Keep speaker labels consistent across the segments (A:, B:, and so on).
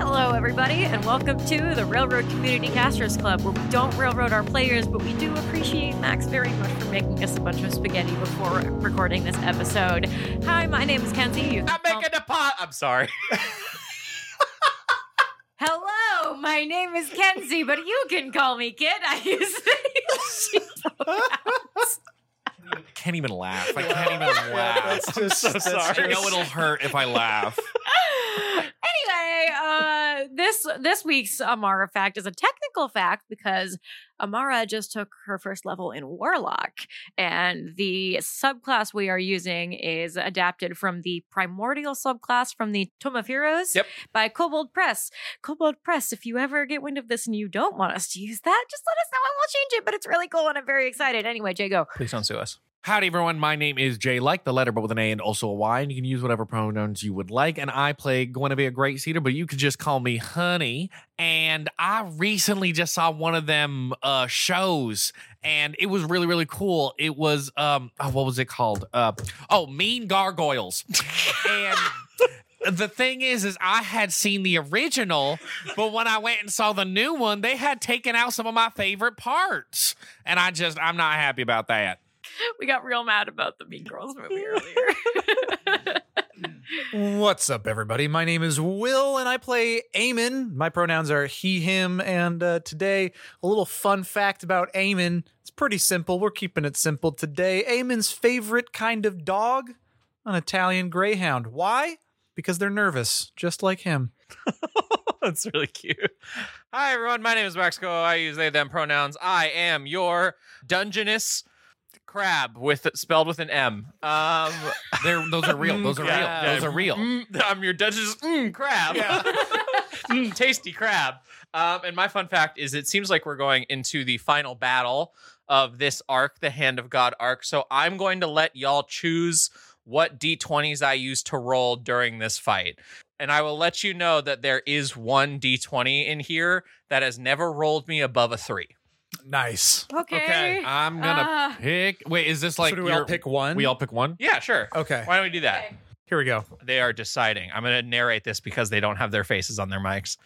A: everybody, and welcome to the Railroad Community Casters Club, where we don't railroad our players, but we do appreciate Max very much for making us a bunch of spaghetti before recording this episode. Hi, my name is Kenzie. You can
B: I'm
A: call-
B: making a pot. I'm sorry.
A: Hello, my name is Kenzie, but you can call me Kid. I used to.
B: can't even laugh. I can't even
C: Yeah,
B: laugh.
C: that's just
B: I'm so
C: that's
B: sorry. I
C: just-
B: know it'll hurt if I laugh.
A: anyway, uh, this this week's Amara fact is a technical fact because Amara just took her first level in Warlock, and the subclass we are using is adapted from the primordial subclass from the Tome of Heroes
B: Yep.
A: by Kobold Press. Kobold Press, if you ever get wind of this and you don't want us to use that, just let us know and we'll change it. But it's really cool, and I'm very excited. Anyway, Jay, go.
B: Please don't sue us. Howdy, everyone. My name is Jay, like the letter, but with an A and also a Y. And you can use whatever pronouns you would like. And I play Guinevere Great Cedar, but you could just call me Honey. And I recently just saw one of them uh, shows, and it was really, really cool. It was, um, oh, what was it called? Uh, oh, Mean Gargoyles. and the thing is, is I had seen the original, but when I went and saw the new one, they had taken out some of my favorite parts. And I just, I'm not happy about that.
A: We got real mad about the Mean Girls movie earlier.
C: What's up, everybody? My name is Will, and I play Eamon. My pronouns are he, him, and uh, today, a little fun fact about Eamon. It's pretty simple. We're keeping it simple today. Eamon's favorite kind of dog? An Italian Greyhound. Why? Because they're nervous, just like him.
D: Oh, That's really cute. Hi, everyone. My name is Maxco. I use they, them pronouns. I am your Dungeness crab with spelled with an M. Um,
B: They're those are real. Those are
D: yeah.
B: real. Those are real.
D: Mm, I'm your Dungeness mm, crab. Mm, tasty crab. Um, and my fun fact is it seems like we're going into the final battle of this arc, the Hand of God arc. So I'm going to let y'all choose what d20s I use to roll during this fight. And I will let you know that there is one d20 in here that has never rolled me above a three.
C: Nice.
A: okay.
B: I'm
D: Uh,
B: gonna
A: Ah.
B: pick. Wait, is this like
C: so do we all
B: your-
C: pick one?
B: We all pick one.
D: Yeah, sure.
C: Okay.
D: Why don't we do that?
A: Okay.
C: Here we go.
D: They are deciding. I'm going to narrate this because they don't have their faces on their mics.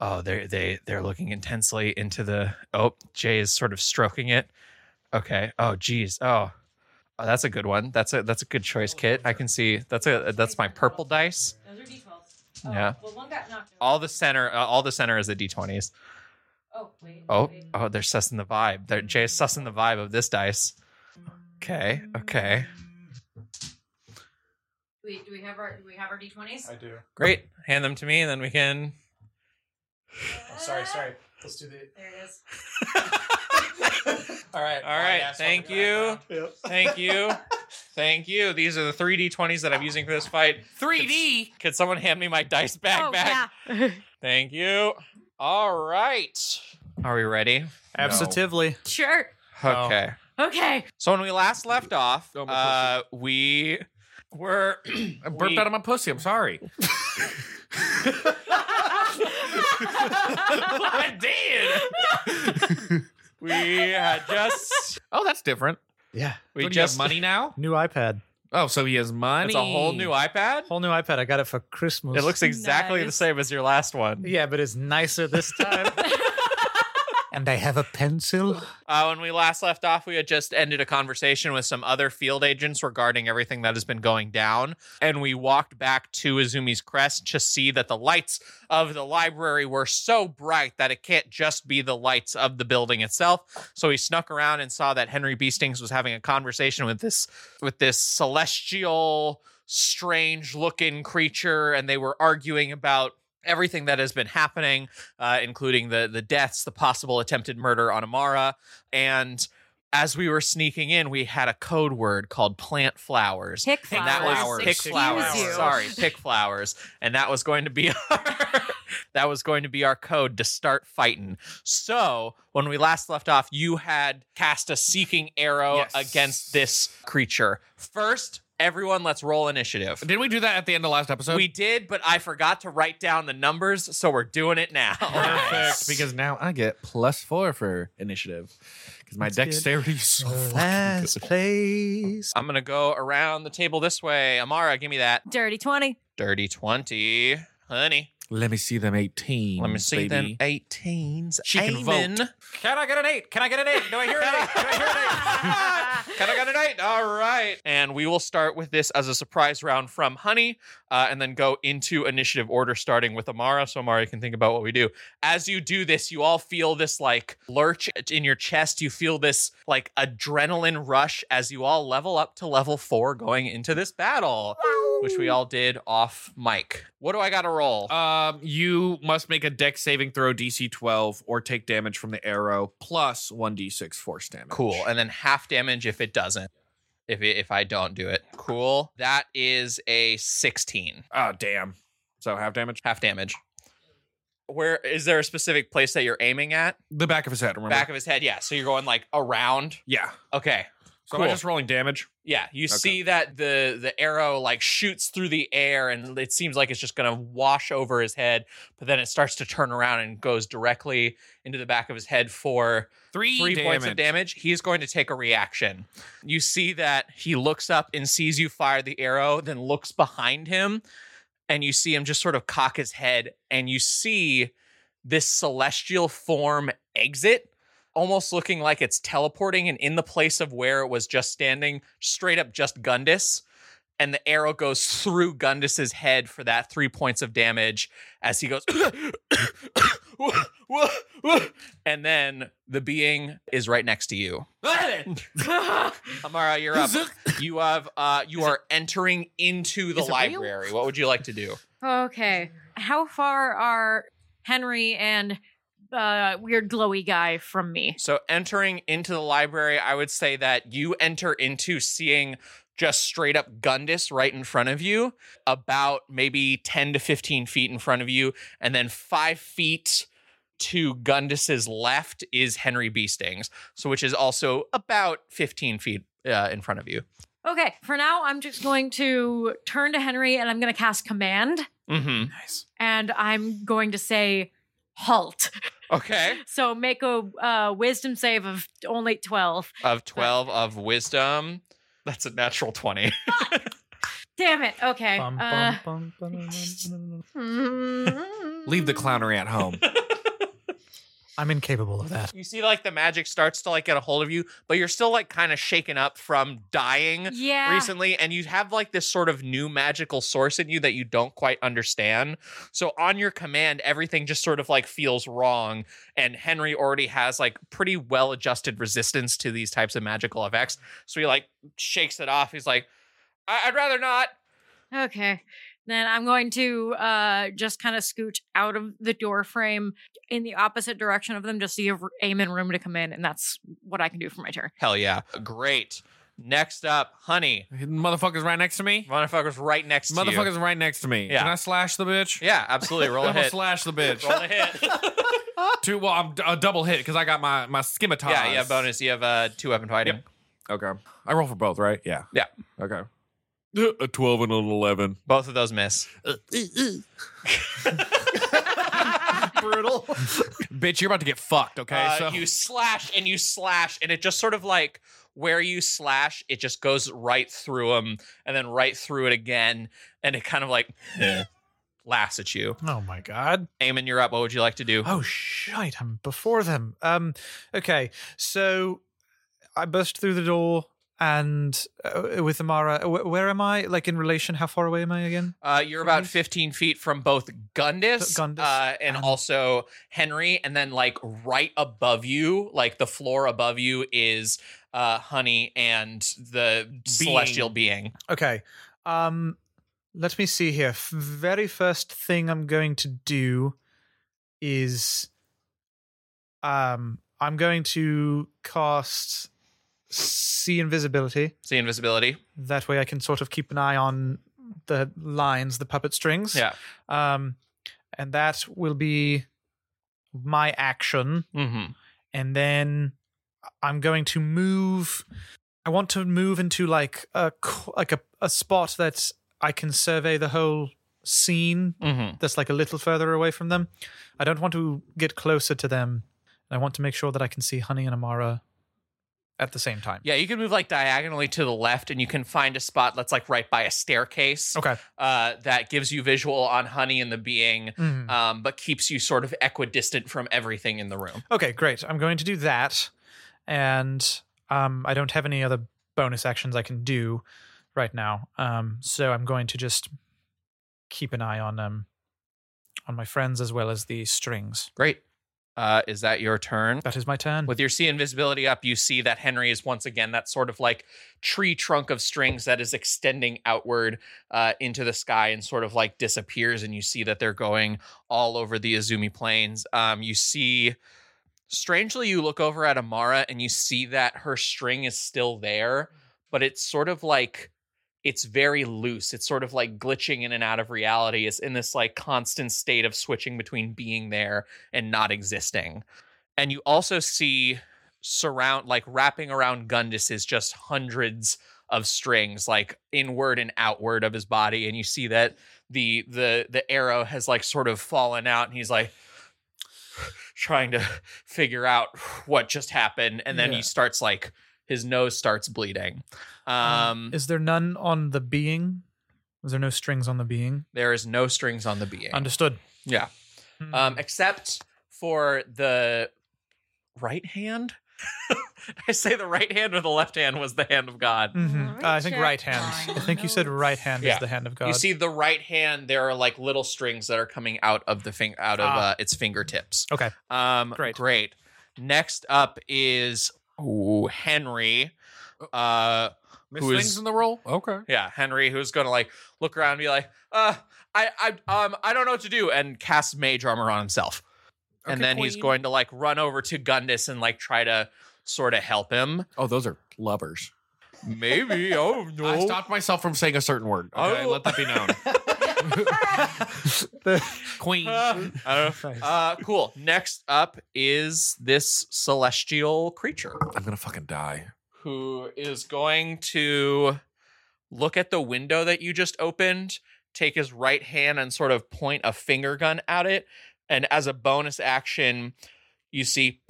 D: Oh, they they they're looking intensely into the. Oh, Jay is sort of stroking it. Okay. Oh, geez. Oh, oh that's a good one. That's a that's a good choice, Kit. I can see that's a that's my purple dice.
A: Those are D12s.
D: Oh, Yeah.
A: Well, one got knocked
D: All the center, uh, all the center is the d20s.
A: Oh, wait.
D: Oh, oh, they're sussing the vibe. They're Jay's sussing the vibe of this dice. Okay. Okay.
A: Wait, do we have our do we have our d20s?
C: do.
D: Great. Hand them to me, and then we can.
C: Let's do the.
A: There it is.
C: All right.
D: All right. Thank you. Thank you. Thank you. These are the three d20s that I'm using for this fight.
B: 3D.
D: Could someone hand me my dice back?
A: oh,
D: back?
A: yeah.
D: Thank you. All right. Are we ready?
C: Absolutely.
A: sure.
B: No.
D: Okay.
A: Okay.
D: So when we last left off,
B: Oh, my
D: uh, we were
B: I burped
D: We-
B: out of my pussy. I'm sorry. I did.
D: we had just
B: Oh, that's different.
C: Yeah.
D: we
B: Don't you have
D: just
B: money now.
C: New iPad.
B: Oh, so he has money.
D: It's a whole new iPad.
C: Whole new iPad. I got it for Christmas.
D: It looks exactly the
A: Nice.
D: same as your last one.
C: Yeah, but it's nicer this time. and I have a pencil.
D: Uh, when we last left off, we had just ended a conversation with some other field agents regarding everything that has been going down. And we walked back to Izumi's crest to see that the lights of the library were so bright that it can't just be the lights of the building itself. So we snuck around and saw that Henry B. Stings was having a conversation with this with this celestial, strange looking creature, and they were arguing about everything that has been happening, uh, including the the deaths, the possible attempted murder on Amara and as we were sneaking in, we had a code word called plant flowers.
A: Pick
D: And
A: flowers.
D: that was
C: Flowers.
D: pick
C: Excuse
D: flowers.
C: you.
D: Sorry, pick flowers. And that was going to be our that was going to be our code to start fighting. So when we last left off, you had cast a seeking arrow
B: Yes.
D: against this creature. First, everyone, let's roll initiative.
B: Did we do that at the end of last episode?
D: We did, but I forgot to write down the numbers, so we're doing it now.
B: perfect because now I get plus four for initiative because my
C: That's good.
B: dexterity is so fucking
C: Last
B: good.
C: place.
D: I'm gonna go around the table this way. Amara, give me that.
A: Dirty 20.
D: Dirty 20. Honey.
B: Let me see them 18.
D: Let me see them
B: baby.
D: 18s.
B: She can
D: Amen.
B: vote.
C: Can I get an eight? Can I get an eight? Do I hear an eight? Do I hear an eight?
D: Can I get an eight? All right. And we will start with this as a surprise round from Honey uh, and then go into initiative order starting with Amara. So Amara you can think about what we do. As you do this, you all feel this like lurch in your chest. You feel this like adrenaline rush as you all level up to level four going into this battle, which we all did off mic. What do I got to roll?
B: Um, you must make a deck saving throw DC 12 or take damage from the arrow plus 1d6 force damage.
D: Cool. And then half damage if it doesn't. If, it, if I don't do it, cool. That is a 16.
B: Oh, damn. So half damage.
D: half damage. Where is there a specific place that you're aiming at?
B: The back of his head, remember?
D: Back of his head, yeah. So you're going like around.
B: yeah.
D: Okay,
B: So am I
D: Cool.
B: just rolling damage?
D: yeah. You
B: Okay.
D: see that the the arrow like shoots through the air, and it seems like it's just gonna wash over his head, but then it starts to turn around and goes directly into the back of his head for
B: Three,
D: three points of damage. He's going to take a reaction. You see that he looks up and sees you fire the arrow, then looks behind him, and you see him just sort of cock his head, and you see this celestial form exit, almost looking like it's teleporting, and in the place of where it was just standing, straight up just Gundis. And the arrow goes through Gundis's head for that three points of damage as he goes, and then the being is right next to you. Amara, you're up. You have uh you are entering into the
A: Is it real?
D: library. What would you like to do?
A: Okay. How far are Henry and uh, weird glowy guy from me?
D: So entering into the library, I would say that you enter into seeing just straight up Gundis right in front of you, about maybe 10 to 15 feet in front of you, and then five feet to Gundis's left is Henry Beastings, so which is also about 15 feet uh, in front of you.
A: Okay. For now, I'm just going to turn to Henry and I'm going to cast command
D: Mm-hmm.
A: and I'm going to say halt.
D: Okay.
A: So make a uh, wisdom save of only 12.
D: Of 12 of wisdom. That's a natural 20.
A: Damn it. Okay.
C: Bum,
A: Uh, hmm.
C: bum, bum, bum, bum, bum.
B: Leave the clownery at home.
C: I'm incapable of that.
D: you see, like, the magic starts to, like, get a hold of you, but you're still, like, kind of shaken up from dying
A: Yeah.
D: recently. And you have, like, this sort of new magical source in you that you don't quite understand. So, on your command, everything just sort of, like, feels wrong. And Henry already has, like, pretty well adjusted resistance to these types of magical effects. So, he, like, shakes it off. He's like, I- I'd rather not.
A: Okay. Then I'm going to uh, just kind of scooch out of the door frame in the opposite direction of them just so you have aim and room to come in. And that's what I can do for my turn.
D: Hell yeah. Great. Next up, honey.
B: Motherfucker's right next to me.
D: Motherfucker's right next to you.
B: Motherfucker's right next to me.
D: Yeah.
B: Can I slash the bitch?
D: Yeah, absolutely. Roll a
B: I'm gonna
D: hit.
B: slash the bitch.
D: Roll a hit.
B: Two. Well, I'm d- a double hit because I got my my scimitar.
D: yeah, yeah, bonus. You have uh, two weapon fighting.
B: Yep. Okay. I roll for both, right? Yeah.
D: Yeah.
B: Okay. A twelve and an eleven.
D: Both of those miss.
C: Brutal.
B: Bitch, you're about to get fucked. Okay.
D: Uh,
B: so
D: You slash and you slash, and it just sort of like where you slash, it just goes right through him and then right through it again. And it kind of like laughs at you.
C: Oh my god.
D: Eamon, you're up. What would you like to do?
C: Oh shite, I'm before them. Um okay. So I burst through the door and uh, with Amara wh- where am I like in relation how far away am I again?
D: Uh, you're
C: From
D: about
C: these?
D: 15 feet from both Gundis,
C: Th- Gundis
D: uh, and
C: and-
D: also Henry, and then like right above you, like the floor above you is uh, Honey and the celestial being.
C: Okay. Um let me see here. F- very first thing I'm going to do is um I'm going to cast see invisibility.
D: See invisibility.
C: That way I can sort of keep an eye on the lines, the puppet strings.
D: Yeah.
C: Um, and that will be my action.
D: Mm-hmm.
C: And then I'm going to move. I want to move into like a c- like a, a spot that I can survey the whole scene.
D: Mm-hmm.
C: That's like a little further away from them. I don't want to get closer to them. I want to make sure that I can see Honey and Amara at the same time.
D: Yeah, you can move like diagonally to the left, and you can find a spot that's like right by a staircase
C: Okay.
D: uh, that gives you visual on Honey and the being,
C: Mhm.
D: um, but keeps you sort of equidistant from everything in the room.
C: Okay, great. I'm going to do that. And um, I don't have any other bonus actions I can do right now. Um, so I'm going to just keep an eye on um, on my friends as well as the strings.
D: Great. Uh, is that your turn?
C: That is my turn.
D: With your see invisibility up, you see that Henry is once again that sort of like tree trunk of strings that is extending outward uh, into the sky and sort of like disappears. And you see that they're going all over the Azumi plains. Um, you see, strangely, you look over at Amara and you see that her string is still there, but it's sort of like it's very loose. It's sort of like glitching in and out of reality. It's in this like constant state of switching between being there and not existing and you also see surround like wrapping around Gundis is just hundreds of strings like inward and outward of his body and you see that the the the arrow has like sort of fallen out and he's like trying to figure out what just happened and then
C: Yeah.
D: he starts like his nose starts bleeding um
C: is there none on the being? Is there no strings on the being?
D: there is no strings on the being
C: Understood. Hmm.
D: yeah um, except for the right hand. I say the right hand or the left hand was the hand of God.
C: Mhm. Uh, I think right hand. I think you said right hand
D: Yeah.
C: is the hand of God.
D: You see the right hand, there are like little strings that are coming out of the fing- out of
C: Ah.
D: uh, its fingertips.
C: Okay.
D: Um,
C: Great.
D: Great. Next up is ooh, Henry.
C: Oh.
D: Uh,
B: Miss
D: Who
B: things
D: is-
B: in the role? Okay.
D: yeah, Henry, who's gonna like look around and be like, uh, I, I, um, I don't know what to do, and cast mage armor on himself. and
B: Okay,
D: then he's
B: queen.
D: going to like run over to Gundis and like try to sort of help him.
B: Oh, those are lovers.
D: Maybe. Oh no.
B: I stopped myself from saying a certain word. Okay,
D: Oh.
B: let that be known. Queen.
D: Uh, I don't know. Uh, cool. Next up is this celestial creature
B: I'm gonna fucking die.
D: who is going to look at the window that you just opened, take his right hand and sort of point a finger gun at it, and as a bonus action, you see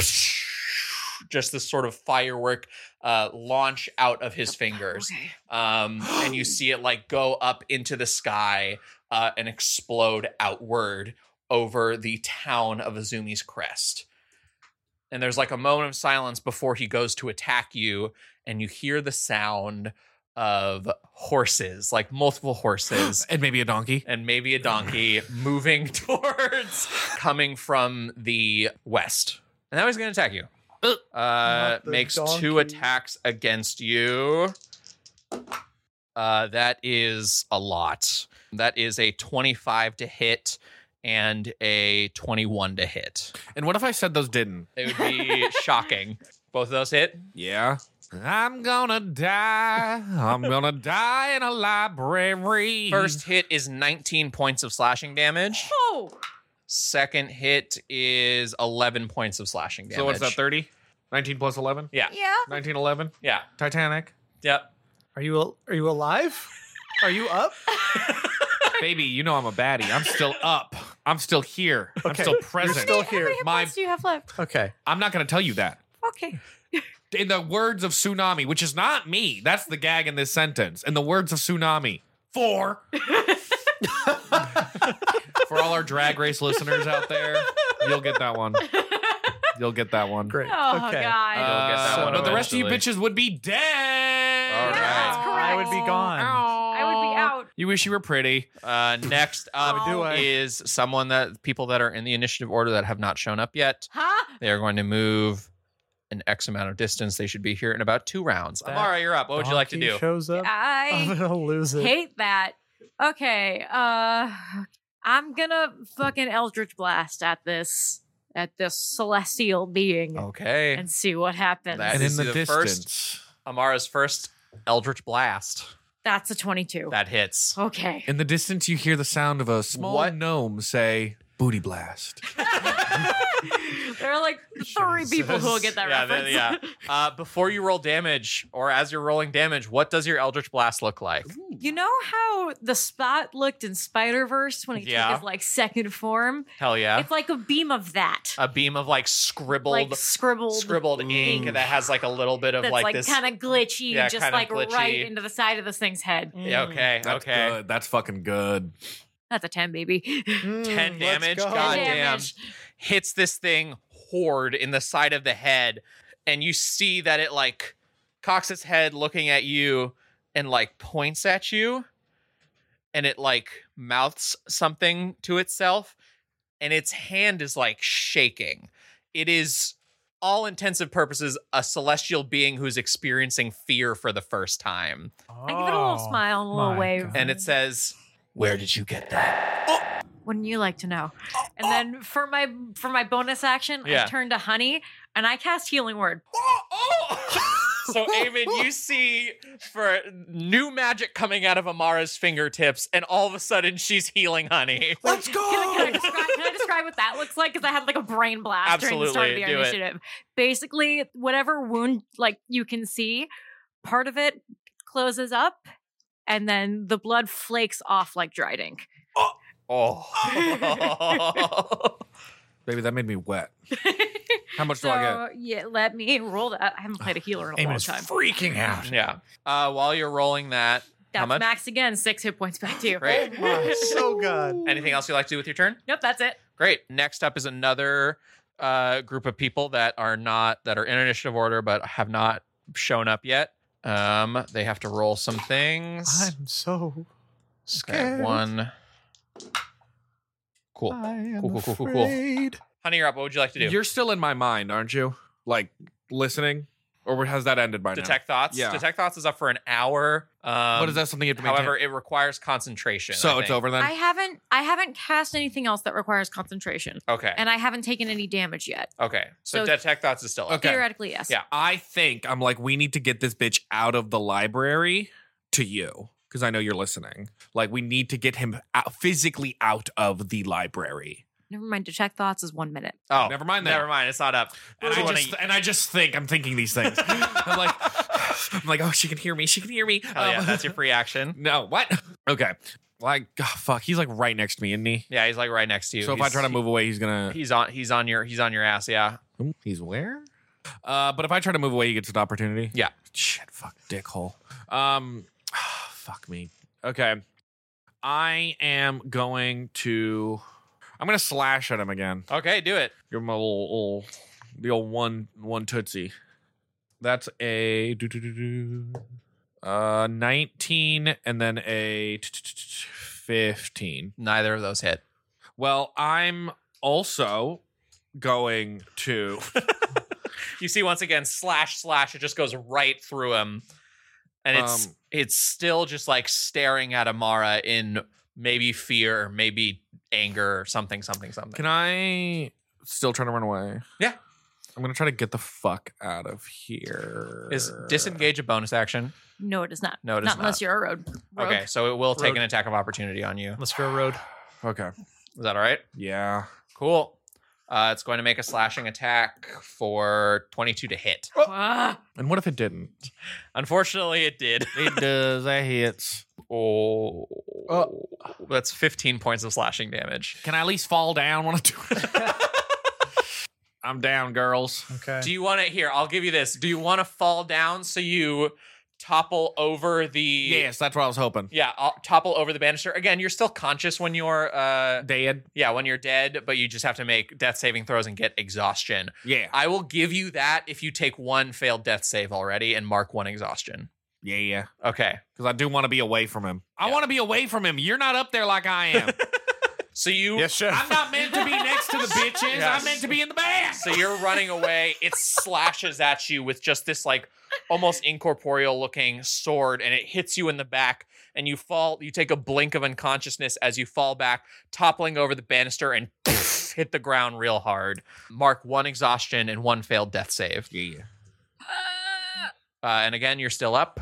D: just this sort of firework uh, launch out of his fingers.
A: Okay.
D: um, and you see it like go up into the sky uh, and explode outward over the town of Azumi's crest. And there's like a moment of silence before he goes to attack you, and you hear the sound of horses, like multiple horses,
B: And maybe a donkey.
D: and maybe a donkey moving towards coming from the west. And now he's going to attack you. Uh,
C: Not the
D: makes two
C: donkey.
D: attacks against you. Uh, that is a lot. That is a 25 to hit and a 21 to hit.
B: And what if I said those didn't?
D: It would be shocking. Both of those hit.
B: Yeah. I'm gonna die. I'm gonna die in a library.
D: First hit is 19 points of slashing damage.
A: Oh,
D: Second hit is 11 points of slashing damage.
B: So what's that, 30? 19 plus 11?
D: Yeah.
A: yeah.
B: 19, 11?
D: Yeah.
B: Titanic?
D: Yep.
C: are you al- are you alive? are you up?
B: Baby, you know I'm a baddie. I'm still up. I'm still here. I'm
C: Okay.
B: still
C: You're
B: present.
C: still here.
A: How many hit
B: My-
A: points do you have left?
C: Okay.
B: I'm not gonna tell you that.
A: Okay.
B: In the words of Tsunami, which is not me, that's the gag in this sentence. In the words of Tsunami, four. For all our drag race listeners out there, you'll get that one. You'll get that one.
C: Great.
A: Oh
C: okay.
A: god.
D: Uh,
B: Uh,
C: that one
B: no, the rest of you
D: eventually.
B: bitches would be dead.
D: All
A: Yeah,
D: right.
A: that's correct.
C: Uh, I would be gone.
A: I would be out.
B: You wish you were pretty.
D: Uh, next
A: Oh,
D: up
A: do
C: I?
D: is someone that people that are in the initiative order that have not shown up yet.
A: Huh?
D: They are going to move an X amount of distance. They should be here in about two rounds.
C: That
D: Amara, you're up. What would you like to
C: Donkey
D: do?
C: Shows up. I'm
A: I
C: gonna lose it.
A: hate that. Okay. Uh I'm gonna fucking Eldritch Blast at this at this celestial being
D: Okay.
A: and see what happens.
D: That
B: And
D: is-
B: in the,
D: See the first-
B: distance,
D: Amara's first Eldritch Blast.
A: That's a twenty-two.
D: That hits.
A: okay.
B: in the distance, you hear the sound of a small
D: What?
B: gnome say,
C: Booty blast.
A: there are like three people who will get that
D: Yeah,
A: reference.
D: then- Uh, before you roll damage, or as you're rolling damage, what does your Eldritch Blast look like?
A: You know how the spot looked in Spider Verse when he
D: Yeah.
A: took his like second form?
D: Hell yeah.
A: It's like a beam of that,
D: A beam of like scribbled,
A: like scribbled,
D: scribbled ink
B: Ooh.
D: that has like a little bit of
A: that's
D: like,
A: like,
D: this.
A: kind of glitchy,
D: Yeah,
A: just
D: kinda
A: like right
D: glitchy.
A: into the side of this thing's head.
D: Yeah, okay,
B: Mm. That's
D: okay.
B: good. That's fucking good.
A: That's a ten, baby.
D: Ten damage.
C: Hmm, Mm, go.
D: God
A: Ten
D: damn.
A: damage.
D: Hits this thing horde in the side of the head, and you see that it like cocks its head, looking at you, and like points at you, and it like mouths something to itself, and its hand is like shaking. It is all intensive purposes a celestial being who's experiencing fear for the first time,
A: I give it a little
C: Oh.
A: smile, and a little
C: my
A: wave.
C: God.
D: and it says, "Where did you get that?"
A: Wouldn't you like to know? And then for my for my bonus action,
D: Yeah.
A: I turn to Honey and I cast Healing Word.
D: so, Amon, you see for new magic coming out of Amara's fingertips, and all of a sudden she's healing honey.
C: Let's
A: Can, I- can I
C: go.
A: describe, can I describe what that looks like? Because I had like a brain blast during the start of
D: Absolutely,
A: the
D: do it.
A: initiative. Basically, whatever wound like you can see, part of it closes up, and then the blood flakes off like dried ink.
D: Oh.
B: Baby, that made me wet. How much
A: so
B: do I
A: yeah, let me roll that. I haven't played a healer in a
C: Aim
A: long
C: is
A: time.
C: freaking out.
D: yeah. Uh, while you're rolling that,
A: That's
D: much?
A: max again. Six hit points back to you.
D: Great.
C: so good.
D: anything else you'd like to do with your turn?
A: Nope, that's it.
D: Great. Next up is another uh, group of people that are not, that are in initiative order, but have not shown up yet. Um, they have to roll some things.
C: I'm so scared.
D: Okay, one. Cool.
C: I am
D: Cool, cool, cool, cool, cool.
C: afraid.
D: Honey, you're up. What would you like to do?
B: get? You're still in my mind, aren't you? Like listening, or has that ended by
D: Detect thoughts.
B: Yeah.
D: Detect thoughts is up for an hour.
B: now?
D: Um,
B: But is that something you have to maintain?
D: However, it requires concentration. I
B: So it's
D: think.
B: over then.
A: I haven't I haven't cast anything else that requires concentration,
D: Okay.
A: and I haven't taken any damage yet.
D: okay. So,
A: So-
D: detect thoughts is still up.
B: Okay.
A: Theoretically, yes.
D: Yeah.
B: I think I'm like, we need to get this bitch out of the library to you because I know you're listening. Like, we need to get him out, physically out of the library.
A: Never mind. Detect thoughts is one minute.
D: Oh,
B: Never mind that.
D: Never mind. It's not up.
B: And
D: Really
B: I
D: wanna-
B: just and I just think I'm thinking these things. I'm like, I'm like, oh, she can hear me. She can hear me.
D: Hell yeah,
B: Um,
D: that's your free action.
B: no. What? Okay. Like, oh, fuck. He's like right next to me, isn't he?
D: Yeah, he's like right next to you.
B: so if I
D: He's-
B: try to move away, he's gonna.
D: he's on. He's on your. He's on your ass. Yeah.
B: He's where? Uh, but if I try to move away, he gets an opportunity.
D: Yeah.
B: Shit, fuck, dickhole. Um, fuck me. Okay. I am going to. I'm gonna slash at him again.
D: Okay, do it.
B: Give him a little, little the old one, one tootsie. That's a do do do do. Uh, nineteen and then a fifteen.
D: Neither of those hit.
B: Well, I'm also going to.
D: You see, once again, slash slash. It just goes right through him, and it's
B: Um,
D: it's still just like staring at Amara in maybe fear, maybe anger, or something, something, something.
B: Can I still trying to run away?
D: Yeah.
B: I'm gonna try to get the fuck out of here.
D: Is disengage a bonus action?
A: No, it is not.
D: No, it is
A: not,
D: not.
A: unless you're a road. rogue.
D: Okay, so it will take
C: Rogue.
D: an attack of opportunity on you.
C: Let's go road.
B: Okay.
D: Is that all right?
B: Yeah.
D: Cool. Uh, it's going to make a slashing attack for 22 to hit.
A: Ah,
B: And what if it didn't?
D: Unfortunately, it did.
B: It does. That hits.
D: Oh, that's 15 points of slashing damage.
B: Can I at least fall down when I do it? I'm down, girls.
C: Okay.
D: Do you want to? Here, I'll give you this. Do you want to fall down so you topple over the?
B: Yes, that's what I was hoping.
D: Yeah, I'll topple over the banister. Again, you're still conscious when you're, uh,
B: Dead.
D: yeah, when you're dead, but you just have to make death saving throws and get exhaustion.
B: Yeah.
D: I will give you that if you take one failed death save already and mark one exhaustion.
B: Yeah, yeah.
D: Okay.
B: Because I do want to be away from him. I
D: Yeah.
B: want to be away from him. You're not up there like I am.
D: So you
C: Yes, chef.
B: I'm not meant to be next to the bitches.
D: Yes.
B: I'm meant to be in the back.
D: so you're running away. It slashes at you with just this like almost incorporeal looking sword and it hits you in the back and you fall you take a blink of unconsciousness as you fall back toppling over the banister and hit the ground real hard. Mark one exhaustion and one failed death save.
B: Yeah.
A: ah.
D: Uh, and again, you're still up.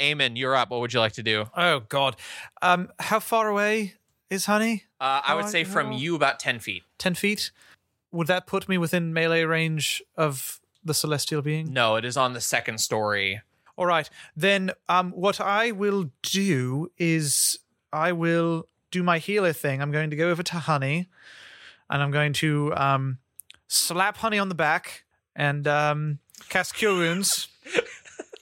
D: Eamon, you're up. What would you like to do?
C: Oh God. Um, how far away is honey?
D: Uh, I
C: How
D: would
C: high-
D: say from
C: how-
D: you about 10 feet.
C: 10 feet? Would that put me within melee range of the celestial being?
D: No, it is on the second story.
C: All right. Then um, what I will do is I will do my healer thing. I'm going to go over to Honey and I'm going to um, slap Honey on the back and um, cast Cure Wounds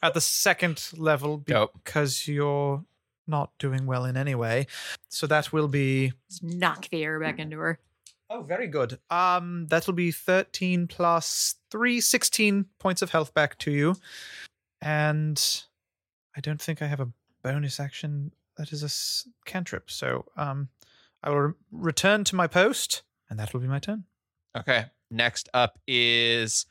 C: at the second level
D: Dope.
C: because you're not doing well in any way. So that will be.
A: Just knock the air back into her.
C: Oh, very good. Um, that will be 13 plus 3, 16 points of health back to you. And I don't think I have a bonus action that is a s- cantrip. So um, I will re- return to my post, and that will be my turn.
D: Okay. Next up is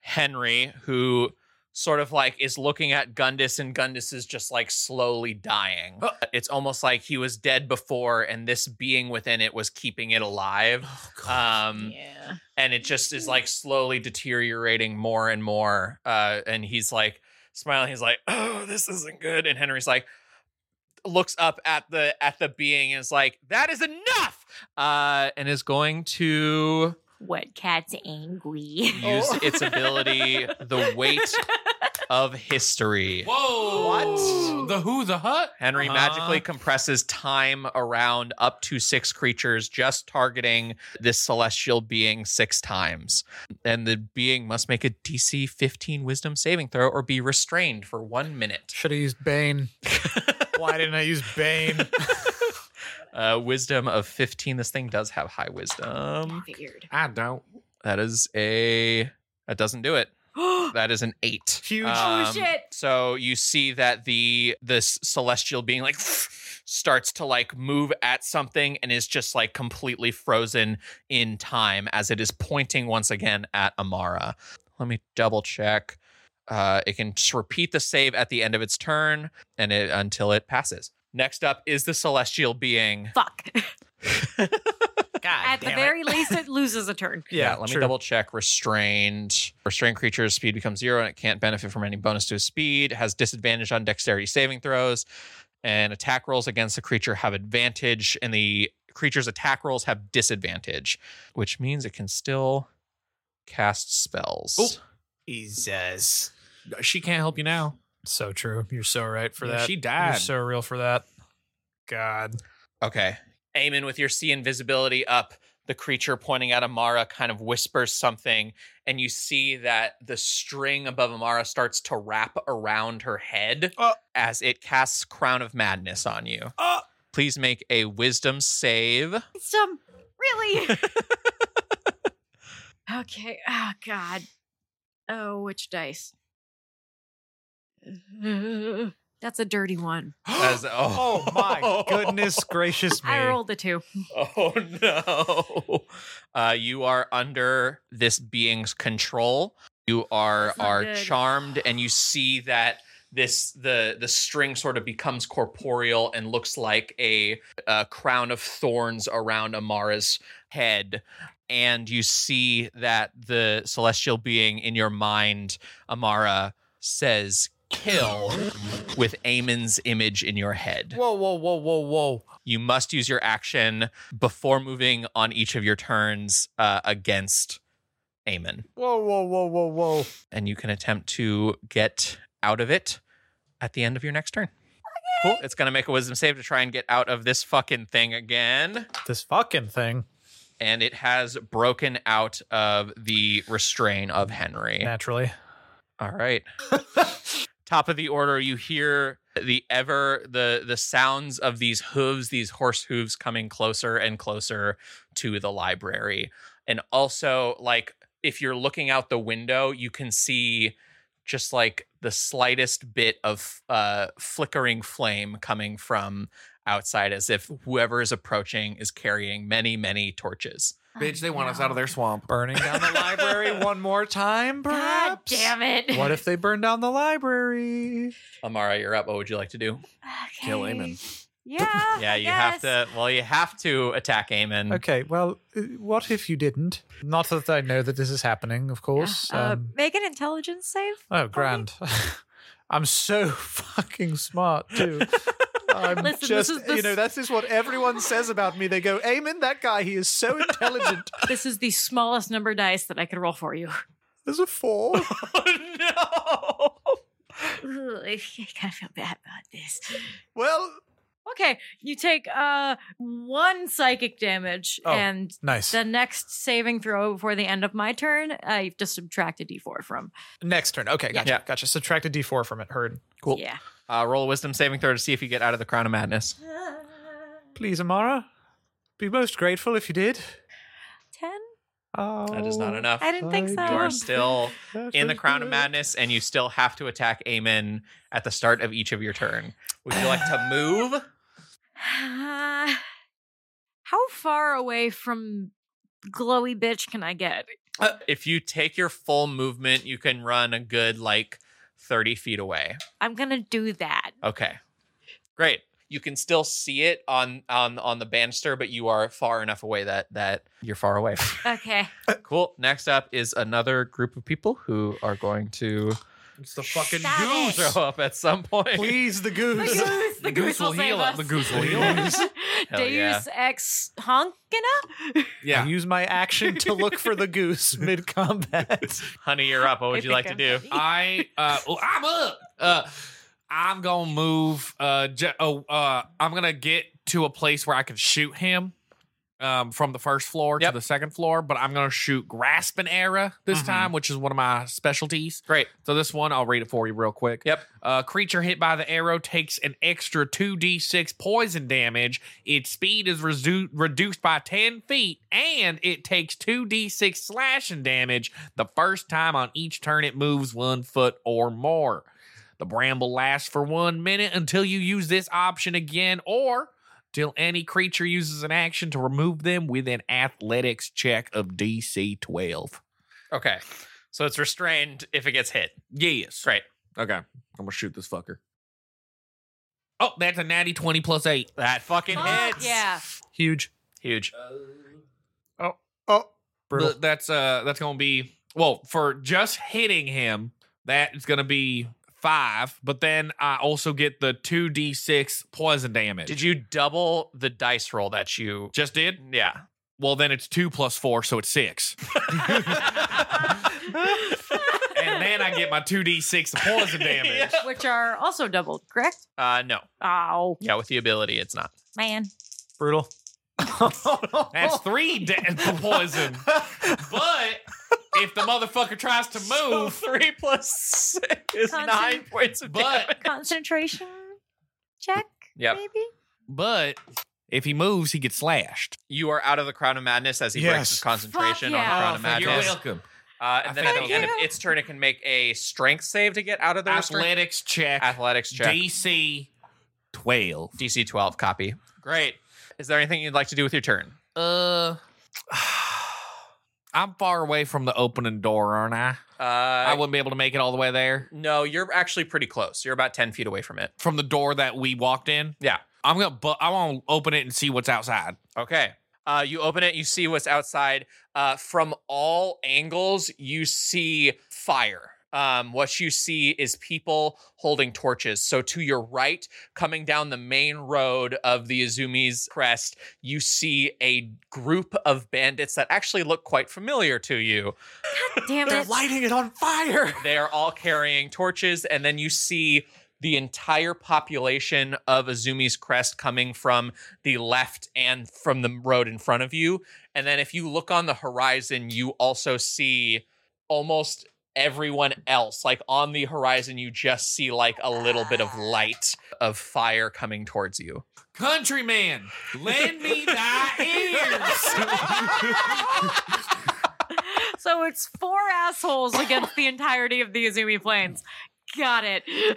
D: Henry, who sort of like is looking at Gundis, and Gundis is just like slowly dying.
B: Oh.
D: It's almost like he was dead before, and this being within it was keeping it alive. Um,
A: yeah.
D: and it just is like slowly deteriorating more and more. Uh, and he's like smiling. He's like, "Oh, this isn't good." And Henry's like, looks up at the at the being and is like, "That is enough," uh, and is going to
A: What cat's angry?
D: use its ability, the weight of history.
B: Whoa!
D: What?
B: The who? The hut?
D: Henry
B: Uh-huh.
D: magically compresses time around up to six creatures, just targeting this celestial being six times. And the being must make a DC 15 wisdom saving throw or be restrained for one minute.
C: Should have used Bane. Why didn't I use Bane?
D: Uh, wisdom of 15. This thing does have high wisdom.
A: Figured.
B: I don't.
D: That is a. That doesn't do it.
A: oh
D: That is an eight. Um,
C: Huge.
A: Oh, shit.
D: So you see that the this celestial being like starts to like move at something and is just like completely frozen in time as it is pointing once again at Amara. Let me double check. Uh, it can just repeat the save at the end of its turn and it until it passes. Next up is the celestial being.
A: fuck.
D: God
A: At the very least, it loses a turn.
D: Yeah, let me double check. Restrained. Restrained creature's speed becomes zero and it can't benefit from any bonus to its speed. Has disadvantage on dexterity saving throws. And attack rolls against the creature have advantage. And the creature's attack rolls have disadvantage, which means it can still cast spells.
B: Oh,
C: Jesus.
B: She can't help you now.
C: So true. You're so right for
B: Yeah,
C: that.
B: she died.
C: You're so real for that. God.
D: Okay. Aemon, with your sea invisibility up, the creature pointing at Amara kind of whispers something, and you see that the string above Amara starts to wrap around her head
C: Oh.
D: as it casts Crown of Madness on you.
C: Oh.
D: Please make a wisdom save.
A: Some really. okay. Oh God. Oh, which dice? That's a dirty one.
D: As-
C: Oh my goodness gracious me.
A: I rolled a two.
D: Oh no. Uh, you are under this being's control. You are
A: That's not
D: are
A: good.
D: charmed, and you see that this the the string sort of becomes corporeal and looks like a, a crown of thorns around Amara's head. And you see that the celestial being in your mind, Amara, says kill with Aemon's image in your head.
C: Whoa, whoa, whoa, whoa, whoa.
D: You must use your action before moving on each of your turns uh, against Aemon.
C: Whoa, whoa, whoa, whoa, whoa.
D: And you can attempt to get out of it at the end of your next turn. Cool. It's going to make a wisdom save to try and get out of this fucking thing again.
C: This fucking thing.
D: And it has broken out of the restrain of Henry.
C: Naturally.
D: All right. Top of the order, you hear the ever the the sounds of these hooves, these horse hooves coming closer and closer to the library. And also like if you're looking out the window, you can see just like the slightest bit of uh flickering flame coming from outside as if whoever is approaching is carrying many many torches.
B: Bitch, they want us out of their swamp.
C: Burning down the library one more time,
A: God
C: perhaps?
A: damn it.
C: What if they burn down the library?
D: Amara, you're up. What would you like to do?
B: Kill
A: Okay.
B: Eamon.
A: Yeah.
D: Yeah,
A: I
D: you have
A: guess.
D: to well, you have to attack Aemon.
C: Okay, well, uh, what if you didn't? Not that I know that this is happening, of course.
A: Uh,
C: Um,
A: make an intelligence save.
C: oh, grand. I'm so fucking smart, too. I'm
A: Listen, this
C: just,
A: is the
C: you know, that's just what everyone says about me. They go, Eamon, that guy, he is so intelligent.
A: This is the smallest number dice that I could roll for you.
C: There's a four.
D: Oh, no.
A: Ooh, I kind of feel bad about this.
C: Well,
A: Okay, you take uh one psychic damage,
C: Oh.
A: and
C: nice.
A: the next saving throw before the end of my turn, I've just subtracted d4 from.
C: Next turn. Okay, gotcha.
D: Yeah.
C: Gotcha. Subtract a d4 from it. Heard. Cool.
A: Yeah.
D: Uh, roll a wisdom saving throw to see if you get out of the crown of madness.
C: Please, Amara, be most grateful if you did.
A: Ten?
C: Oh,
D: That is not enough.
A: I didn't think so.
C: I
D: You are
C: don't-
D: still in the crown of madness, and you still have to attack Aemon at the start of each of your turn. Would you like to move?
A: Uh, how far away from glowy bitch can I get?
D: Uh, If you take your full movement, you can run a good like 30 feet away.
A: I'm gonna do that.
D: Okay. Great. You can still see it on on on the banister, but you are far enough away that that you're far away.
A: Okay.
D: cool. Next up is another group of people who are going to
B: It's the fucking
A: Stop
B: goose.
A: it.
D: show up at some point.
C: Please, the
A: The
C: goose.
A: goose, the goose will save
B: heal
A: us.
B: up. The goose will heal
C: us.
D: Hell
A: Deus
D: yeah.
A: ex honkina?
C: I use my action to look for the goose mid combat.
D: Honey, you're up. What would
A: I
D: you
A: think
D: like to
A: I'm
D: do?
A: ready.
B: I uh oh, I'm up. Uh I'm gonna move uh, je- oh, uh I'm gonna get to a place where I can shoot him um from the first floor
D: Yep.
B: to the second floor, but I'm gonna shoot grasp and era this
D: Mhm.
B: time, which is one of my specialties.
D: Great.
B: So this one I'll read it for you real quick.
D: Yep.
B: Uh, creature hit by the arrow takes an extra 2d6 poison damage. Its speed is resu- reduced by 10 feet, and it takes 2d6 slashing damage the first time on each turn it moves one foot or more. The bramble lasts for one minute until you use this option again, or till any creature uses an action to remove them with an athletics check of DC 12.
D: Okay. So it's restrained if it gets hit.
B: Yes.
D: Great.
B: Okay. I'm going to shoot this fucker. Oh, that's a natty 20 plus 8.
D: That fucking
A: Fuck
D: hits.
A: yeah.
C: Huge.
D: Huge.
C: Oh, brutal.
B: But that's uh that's gonna be well for just hitting him that is gonna be five but then i also get the 2d6 poison damage
D: Did you double the dice roll that you
B: just did
D: Yeah.
B: well then it's two plus four so it's six and then i get my 2d6 poison damage
D: Yeah.
A: Which are also doubled, correct?
D: Uh no.
A: Oh,
D: Yeah, with the ability it's not.
A: man.
C: brutal. Oh,
B: that's three da- poison but if the motherfucker tries to
C: Oh.
D: So
B: move
D: three plus six is
A: Constant-
D: nine points of
B: But-
D: damage.
A: Concentration check,
D: Yep.
A: maybe?
B: but if he moves he gets slashed
D: You are out of the crown of madness as he breaks
C: Yes.
D: his concentration
A: Fuck yeah.
D: on
B: Oh, thank
D: the crown of
B: you.
D: madness.
B: you're welcome
D: Uh,
B: I
D: and then at
B: think
D: the
B: that'll
D: end of
A: do it.
D: its turn, it can make a strength save to get out of the restraint.
B: athletics check
D: Athletics check.
B: DC 12.
D: DC 12 copy. Great. Is there anything you'd like to do with your turn?
B: Uh, I'm far away from the opening door, aren't I?
D: Uh,
B: I wouldn't be able to make it all the way there
D: no, you're actually pretty close. You're about 10 feet away from it.
B: from the door that we walked in.
D: Yeah.
B: I'm gonna, bu- I want to open it and see what's outside.
D: Okay. Uh, you open it, you see what's outside. Uh, from all angles, you see fire. Um, what you see is people holding torches. So, to your right, coming down the main road of the Izumi's crest, you see a group of bandits that actually look quite familiar to you.
A: Damn it.
C: lighting it on fire.
D: They are all carrying torches, and then you see the entire population of Azumi's crest coming from the left and from the road in front of you. And then if you look on the horizon, you also see almost everyone else. Like on the horizon, you just see like a little bit of light of fire coming towards you.
B: Countryman, lend me thy ears.
A: So it's four assholes against the entirety of the Azumi Plains. Got it.
D: Is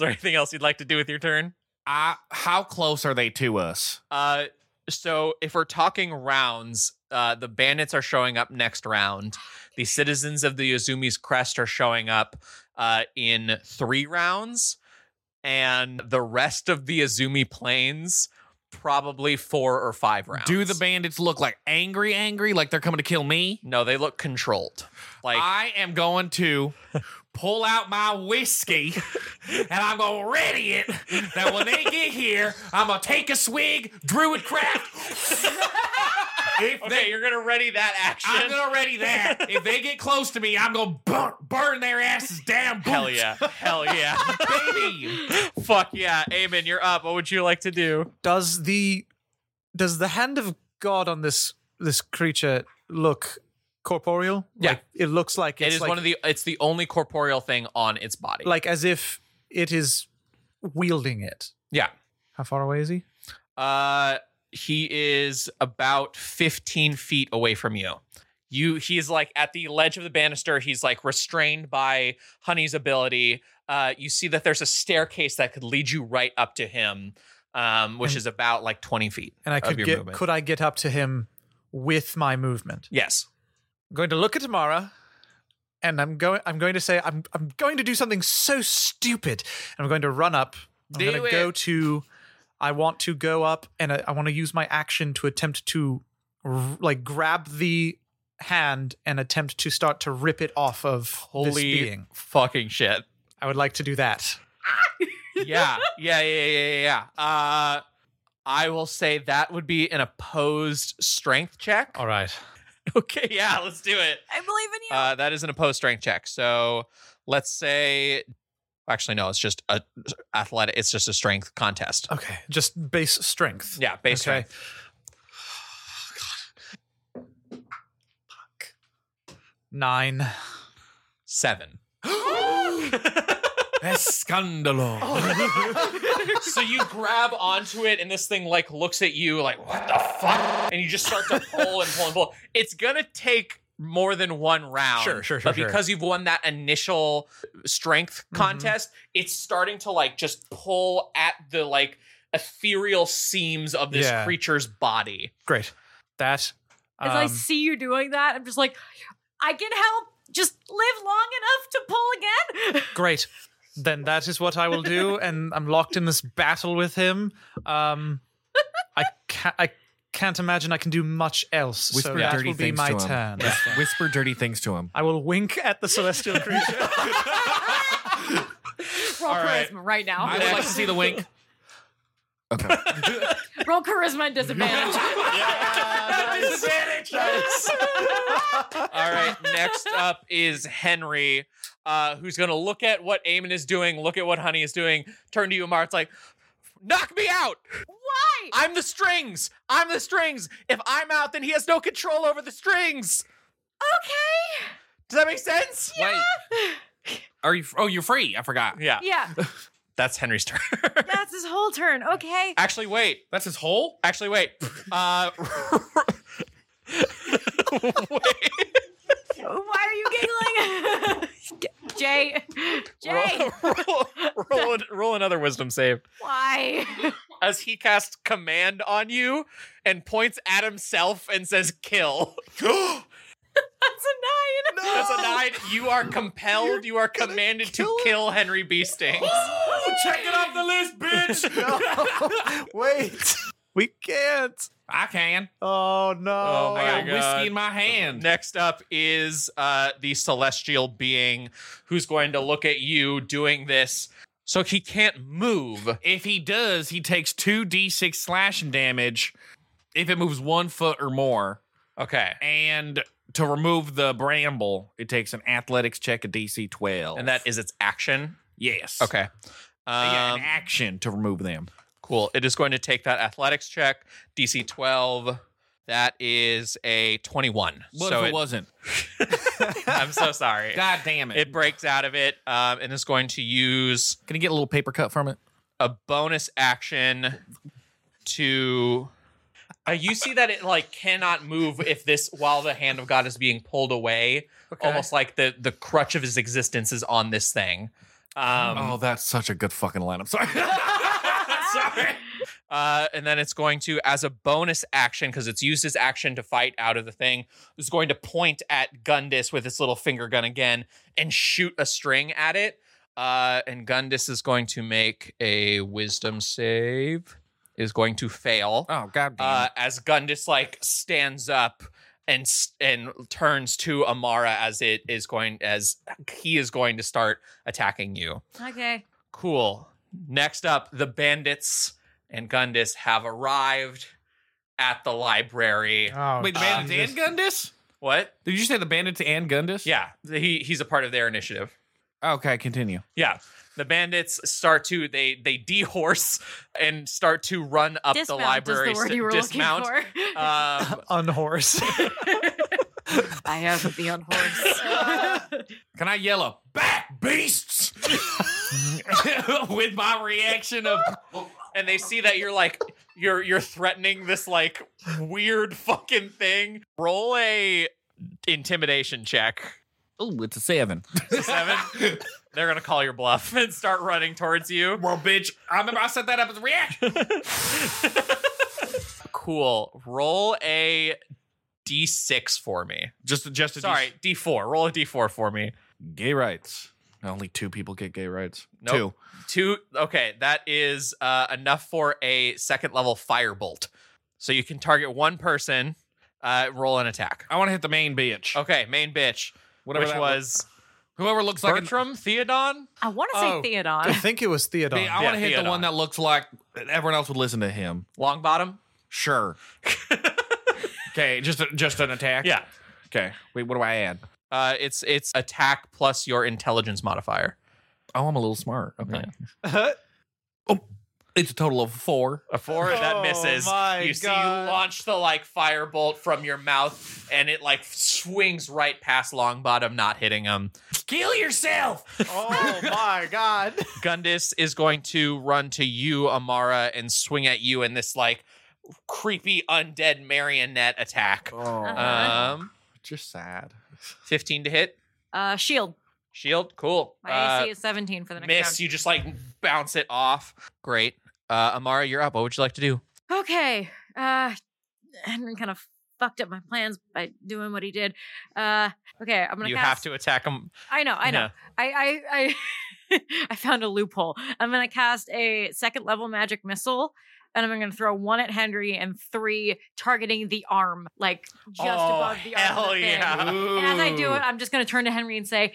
D: there anything else you'd like to do with your turn?
B: I, how close are they to us?
D: Uh, so if we're talking rounds, uh, the bandits are showing up next round. The citizens of the Yuzumi's crest are showing up uh, in three rounds, and the rest of the Azumi planes probably four or five rounds.
B: Do the bandits look like angry, angry, like they're coming to kill me?
D: no? They look controlled. Like
B: I am going to pull out my whiskey and I'm gonna ready it. That when they get here, I'm gonna take a swig, Druid craft. if
D: Okay,
B: they,
D: you're gonna ready that
B: I'm
D: action.
B: gonna ready that. If they get close to me, I'm gonna burn, burn their asses down.
D: Hell yeah! Hell yeah!
B: baby.
D: Fuck yeah! Amen. You're up. What would you like to do?
C: Does the does the hand of God on this this creature look corporeal?
D: Yeah.
C: Like, it looks like
D: It's
C: it's like,
D: one of the. It's the only corporeal thing on its body.
C: like as if it is wielding it.
D: yeah.
C: How far away is he?
D: Uh, he is about 15 feet away from you. You, he's like at the ledge of the banister. He's like restrained by Honey's ability. Uh, you see that there's a staircase that could lead you right up to him, um, which
C: And-
D: is about like 20 feet.
C: And I
D: of
C: could
D: your
C: get
D: movement.
C: could I get up to him with my movement?
D: Yes.
C: I'm going to look at Amara and I'm going I'm going to say I'm I'm going to do something so stupid. I'm going to run up. I'm
D: Do
C: going to
D: it.
C: go to I want to go up and I, I want to use my action to attempt to r- like grab the hand and attempt to start to rip it off of this
D: Holy
C: being.
D: fucking shit.
C: I would like to do that.
D: yeah, yeah, yeah, yeah, yeah. yeah. Uh, I will say that would be an opposed strength check.
C: right.
D: Okay, yeah, let's do it.
A: I believe in you.
D: Uh, that is an opposed strength check. So let's say, actually, no, it's just a athletic. It's just a strength contest.
C: Okay. Just base strength.
D: Yeah, base
C: Oh, okay.
D: strength.
C: Nine.
D: seven. so you grab onto it, and this thing like looks at you like, "What the fuck?" And you just start to pull and pull and pull. It's gonna take more than one round.
C: Sure, sure, sure,
D: But
C: sure.
D: because you've won that initial strength
C: Mhm.
D: contest, it's starting to like just pull at the like ethereal seams of this
C: Yeah.
D: creature's body.
C: Great. That.
A: As I
C: um,
A: see you doing that, I'm just like, I can help. Just live long enough to pull again.
C: Great. Then that is what I will do, and I'm locked in this battle with him. Um, I can't. I can't imagine I can do much else.
B: Whisper
C: so that
B: dirty
C: will be
B: things
C: my
B: to him.
C: turn.
B: Whisper dirty things to him.
C: I will wink at the celestial creature.
A: Roll
D: All right.
A: charisma right now.
B: I would like to see the wink. Okay.
A: Roll charisma and disadvantage.
D: Disadvantage. All right. Next up is Henry, uh, who's gonna look at what Eamon is doing, look at what Honey is doing, turn to you, Amar. It's like, knock me out.
A: Why?
D: I'm the strings. I'm the strings. If I'm out, then he has no control over the strings.
A: okay.
D: Does that make sense?
B: Wait. Are you? Oh, you're free. I forgot.
D: Yeah.
A: Yeah,
D: That's Henry's turn.
A: that's his whole turn. Okay.
D: Actually, wait.
B: That's his hole.
D: Actually, wait. Uh, wait.
A: Why are you giggling? Jay. Jay,
D: Roll, roll, roll, roll another wisdom save.
A: why?
D: as he casts command on you and points at himself and says kill.
A: That's a nine.
D: That's a nine. You are compelled, you are commanded to kill Henry B. Stings.
B: Check it off the list, bitch.
C: Wait, we can't.
B: I can.
C: Oh no!
D: Oh, my
B: I got
D: God.
B: whiskey in my hand.
D: Next up is uh, the celestial being who's going to look at you doing this. So he can't move.
B: If he does, he takes two d6 slashing damage if it moves one foot or more.
D: Okay.
B: And to remove the bramble, it takes an athletics check, a DC 12.
D: And that is its action.
B: yes.
D: Okay.
B: yeah,
D: Um,
B: an action to remove them.
D: Cool. It is going to take that athletics check, DC 12. That is a 21.
B: What
D: so
B: if it,
D: it-
B: wasn't?
D: I'm so sorry.
B: God damn it.
D: It breaks out of it um, and is going to use
B: Can you get a little paper cut from it?
D: a bonus action to. Uh, you see that it like cannot move if this while the hand of God is being pulled away, almost like the the crutch of his existence is on this thing. Um,
B: oh, that's such a good fucking line. I'm sorry.
D: Sorry. Uh, and then it's going to, as a bonus action, because it's used as action to fight out of the thing, it's going to point at Gundis with its little finger gun again and shoot a string at it. Uh, and Gundis is going to make a wisdom save, is going to fail.
B: Oh, god damn.
D: Uh, as Gundis like stands up and s- and turns to Amara as it is going as he is going to start attacking you.
A: Okay.
D: Cool. Next up, the bandits and Gundis have arrived at the library.
C: Oh,
B: Wait, the
D: Uh,
B: bandits
C: Jesus.
B: and Gundus?
D: What?
B: Did you say the bandits and Gundus?
D: Yeah, he he's a part of their initiative.
B: Okay, continue.
D: Yeah. The bandits start to they they dehorse and start to run up
A: dismount
D: the library.
A: is the word
D: s-
A: you were
D: dismount.
A: looking for.
D: Um,
C: unhorse.
A: I have the unhorse.
B: Can I yell a back beasts with my reaction of
D: and they see that you're like you're you're threatening this like weird fucking thing. Roll a intimidation check.
B: oh, it's a seven.
D: Seven. They're gonna call your bluff and start running towards you.
B: Well, bitch, I remember I set that up as a reaction.
D: Cool. Roll a d6 for me.
B: Just, just a
D: Sorry, d4. Roll a d4 for me.
B: gay rights. Only two people get gay rights.
D: Nope. Two. Okay, that is uh, enough for a second level firebolt. So you can target one person. Uh, roll an attack.
B: Two. I want to hit the main bitch.
D: Okay, main bitch,
B: Whatever
D: which
B: that
D: was
B: Whoever looks like an-
D: Bertram Theodon.
A: I want to
B: Oh.
A: say Theodon.
C: I think it was Theodon.
B: I want to hit the
D: Theodon.
B: one that looks like everyone else would listen to him.
D: Longbottom.
B: Sure. okay, just a, just an attack. Okay. Wait, what do I add?
D: Uh, it's it's attack plus your intelligence modifier.
B: Oh, I'm a little smart. Okay.
D: Yeah.
B: It's a total of four.
D: A four
C: Oh
D: that misses.
C: my
D: you see, you
C: God.
D: launch the like firebolt from your mouth, and it like swings right past Longbottom, not hitting him.
B: Kill yourself.
C: oh my god.
D: Gundis is going to run to you, Amara, and swing at you in this like creepy undead marionette attack.
B: Oh,
A: Uh-huh.
D: Um,
B: just sad.
D: fifteen to hit.
A: uh, shield.
D: Shield, cool.
A: My
D: Uh,
A: AC is 17 for the next
D: miss.
A: round.
D: You just like bounce it off. Great. Uh, Amara, you're up. What would you like to do?
A: Okay. Uh, Henry kind of fucked up my plans by doing what he did. Uh, okay, I'm gonna.
D: You
A: cast-
D: have to attack him.
A: I know. I know. I I I, I found a loophole. I'm gonna cast a second level magic missile. And I'm going to throw one at Henry and three targeting the arm, like just
D: Oh,
A: above the arm. of
D: hell
A: the thing.
D: yeah.
A: And as I do it, I'm just going to turn to Henry and say,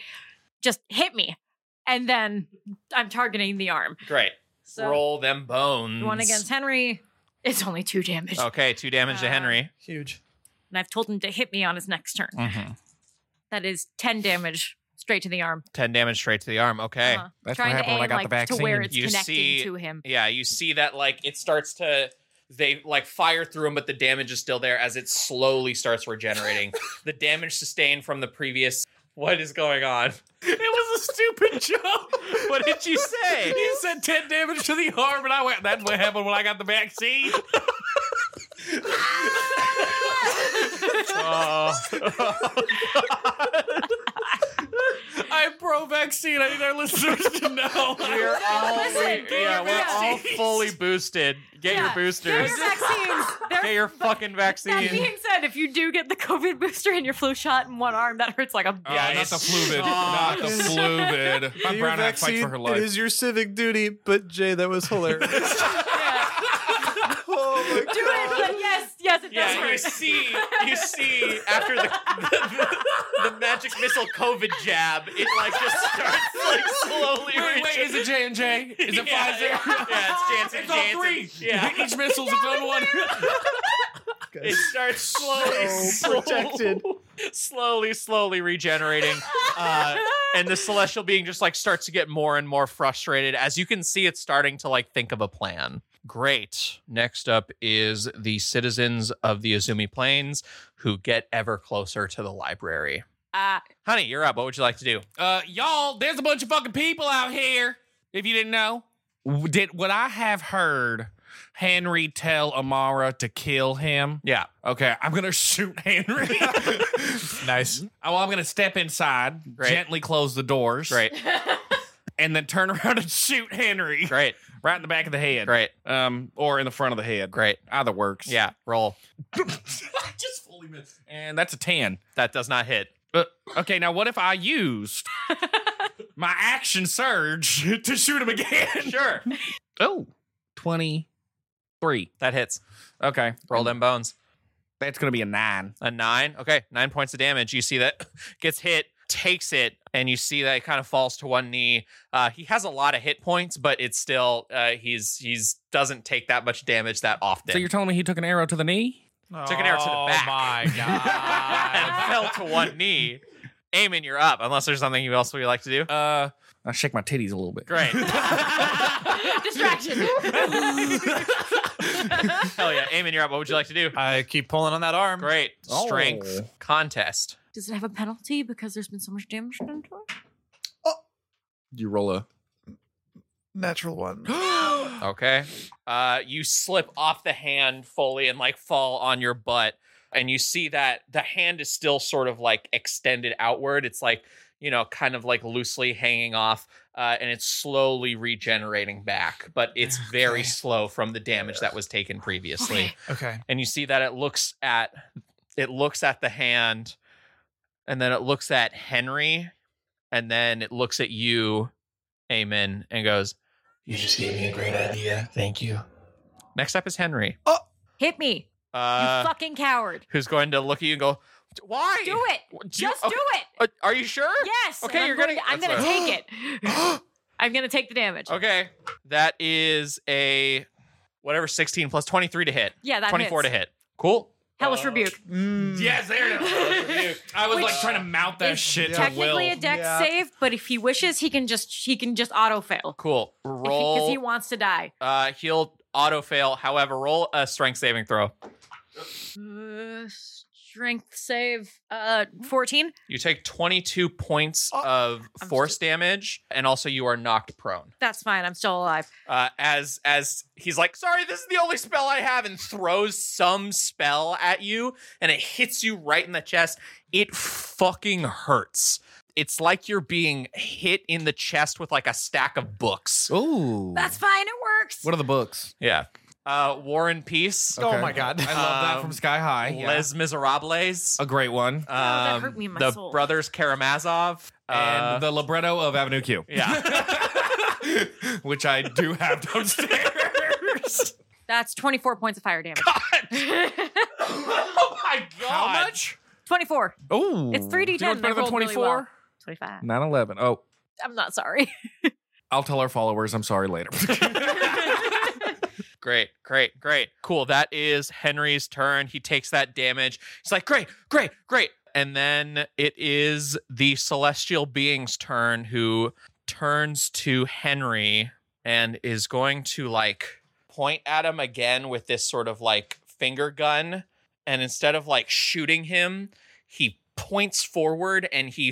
A: "Just hit me," and then I'm targeting the arm.
D: Great.
A: So
D: Roll them bones.
A: one against Henry. It's only two damage.
D: Okay, two damage to
A: Uh,
D: Henry.
C: Huge.
A: and I've told him to hit me on his next
D: Mm.
A: turn.
B: Mm-hmm.
A: That is 10 damage straight to the arm.
D: Ten damage straight to the arm. Okay.
A: Uh-huh.
B: That's
A: Trying to aim like, to where it's
D: You
A: connecting
D: see-
A: to him.
D: Yeah, you see that like it starts to they like fire through him, but the damage is still there as it slowly starts regenerating. the damage sustained from the previous. What is going on?
B: It was a stupid joke.
D: What did you say?
B: You said 10 damage to the arm, and I went, that's what happened when I got the vaccine.
D: oh.
B: I'm pro vaccine. I need our listeners to know.
D: we're all
A: Listen,
D: we- yeah,
A: your
D: we're all
B: vaccines.
D: fully boosted. Get
A: Yeah,
D: your boosters.
A: Get your vaccines. They're-
D: Get your fucking
A: that
D: vaccine.
A: being said, if you do get the COVID booster and your flu shot in one arm, that hurts like a
B: Oh,
A: bitch.
D: Yeah,
B: not
D: it's-
B: the fluid.
D: Aw.
B: Not the fluid. My
C: Your
B: brown hat fights
C: vaccine,
B: for her life.
C: It is your civic duty, but Jay, that was hilarious.
A: Yeah.
C: oh my
A: Do it,
C: God.
A: but yes, yes, it does
D: Yeah, you
A: hurt.
D: see, you see, after the, the, the, magic missile COVID jab, it like just starts like slowly.
B: Wait, wait,
D: reaching-
B: is it J and J? Is it
D: yeah,
B: Pfizer?
D: Yeah, it's Janssen.
B: It's all three.
D: Janssen. Yeah,
B: Each missile's its own one.
D: it starts slowly,
C: So protected.
D: slowly, slowly regenerating. Uh, and the celestial being just like starts to get more and more frustrated as you can see it's starting to like think of a plan great next up is the citizens of the azumi plains who get ever closer to the library
A: Uh,
D: honey you're up what would you like to do
B: Uh, y'all, there's a bunch of fucking people out here. If you didn't know, W- did what I have heard Henry tell Amara to kill him?
D: yeah
B: Okay, I'm gonna shoot Henry.
C: Nice.
B: oh, I'm gonna step inside,
D: Great.
B: gently close the doors,
D: great
B: and then turn around and shoot Henry
D: great
B: right in the back of the head,
D: great
B: um, or in the front of the head.
D: great
B: Either works.
D: yeah roll
B: just fully missed. And that's a ten.
D: that does not hit
B: But okay, now what if I used my action surge to shoot him again?
D: sure
B: Oh, 23.
D: that hits
B: Okay.
D: roll them bones
B: That's gonna be a nine.
D: A nine. Okay, nine points of damage. You see that gets hit, takes it, and you see that it kind of falls to one knee. Uh, he has a lot of hit points, but it's still uh, he's he's doesn't take that much damage that often.
B: So you're telling me he took an arrow to the knee?
D: Took an arrow to the
C: Oh
D: back.
C: my
D: and
C: god.
D: fell to one knee. Aiming, you're up. Unless there's something else we like to do.
B: Uh, I shake my titties a little bit.
D: Great.
A: Distraction.
D: Hell yeah, Aiming, you're up. What would you like to do?
C: I keep pulling on that arm.
D: Great strength
B: Oh.
D: contest.
A: Does it have a penalty because there's been so much damage done to it?
B: You roll a.
C: Natural one.
D: Okay. Uh, you slip off the hand fully and like fall on your butt, and you see that the hand is still sort of like extended outward. It's like you know, kind of like loosely hanging off, uh, and it's slowly regenerating back, but it's very
C: Okay.
D: slow from the damage that was taken previously
A: Okay.
C: okay.
D: and you see that it looks at it looks at the hand and then it looks at henry and then it looks at you amen and goes
E: You just gave me a great idea. Thank you.
D: next up is henry
A: Hit me, Oh, you
D: uh,
A: fucking coward.
D: who's going to look at you and go why
A: Do it.
D: What- do you-
A: Just
D: okay,
A: do it.
D: uh, are you sure
A: Yes.
D: Okay,
A: and I'm
D: you're
A: going
D: gonna-
A: to- I'm
D: that's
A: gonna take it. I'm gonna take the damage.
D: okay that is a whatever 16 plus 23 to hit
A: Yeah, that
D: 24
A: hits.
D: to hit cool
A: Hellish
D: Uh,
A: rebuke.
C: Mm.
B: Yes, there it is. I was
A: Which
B: like trying to mount that
A: is
B: shit to Will.
A: Technically a deck
C: Yeah.
A: save, but if he wishes, he can just he can just auto fail
D: cool
A: because
D: roll
A: he, wants to die.
D: uh he'll auto fail however roll a strength saving throw
A: Uh, strength save. Uh, fourteen.
D: You take 22 points
C: Oh,
D: of
A: I'm
D: force damage, and also you are knocked prone.
A: That's fine. I'm still alive.
D: Uh, as as he's like, "Sorry, this is the only spell I have," and throws some spell at you, and it hits you right in the chest. It fucking hurts. It's like you're being hit in the chest with like a stack of books.
B: Ooh.
A: That's fine. It works.
B: what are the books?
D: Yeah. Uh, War and Peace,
C: Oh my God.
B: I love that
D: Um,
B: from Sky High. Yeah.
D: Les Miserables,
B: a great one.
A: that
D: um,
A: hurt me in my
D: the
A: soul.
D: Brothers Karamazov, uh,
B: and the libretto of Avenue Q.
D: Yeah.
B: Which I do have downstairs.
A: That's twenty four points of fire damage.
D: oh my god!
B: How much?
A: twenty four.
B: Ooh.
A: It's 3D10.
B: You know what's better
A: I
B: than
A: rolled
B: 24?
A: really well. Twenty five.
B: 9 11. Oh,
A: I'm not sorry.
B: I'll tell our followers I'm sorry later.
C: Oh,
D: Great, great, great. Cool. That is Henry's turn. He takes that damage. He's like, great, great, great. And then it is the celestial being's turn who turns to Henry and is going to like point at him again with this sort of like finger gun. And instead of like shooting him, he points forward and he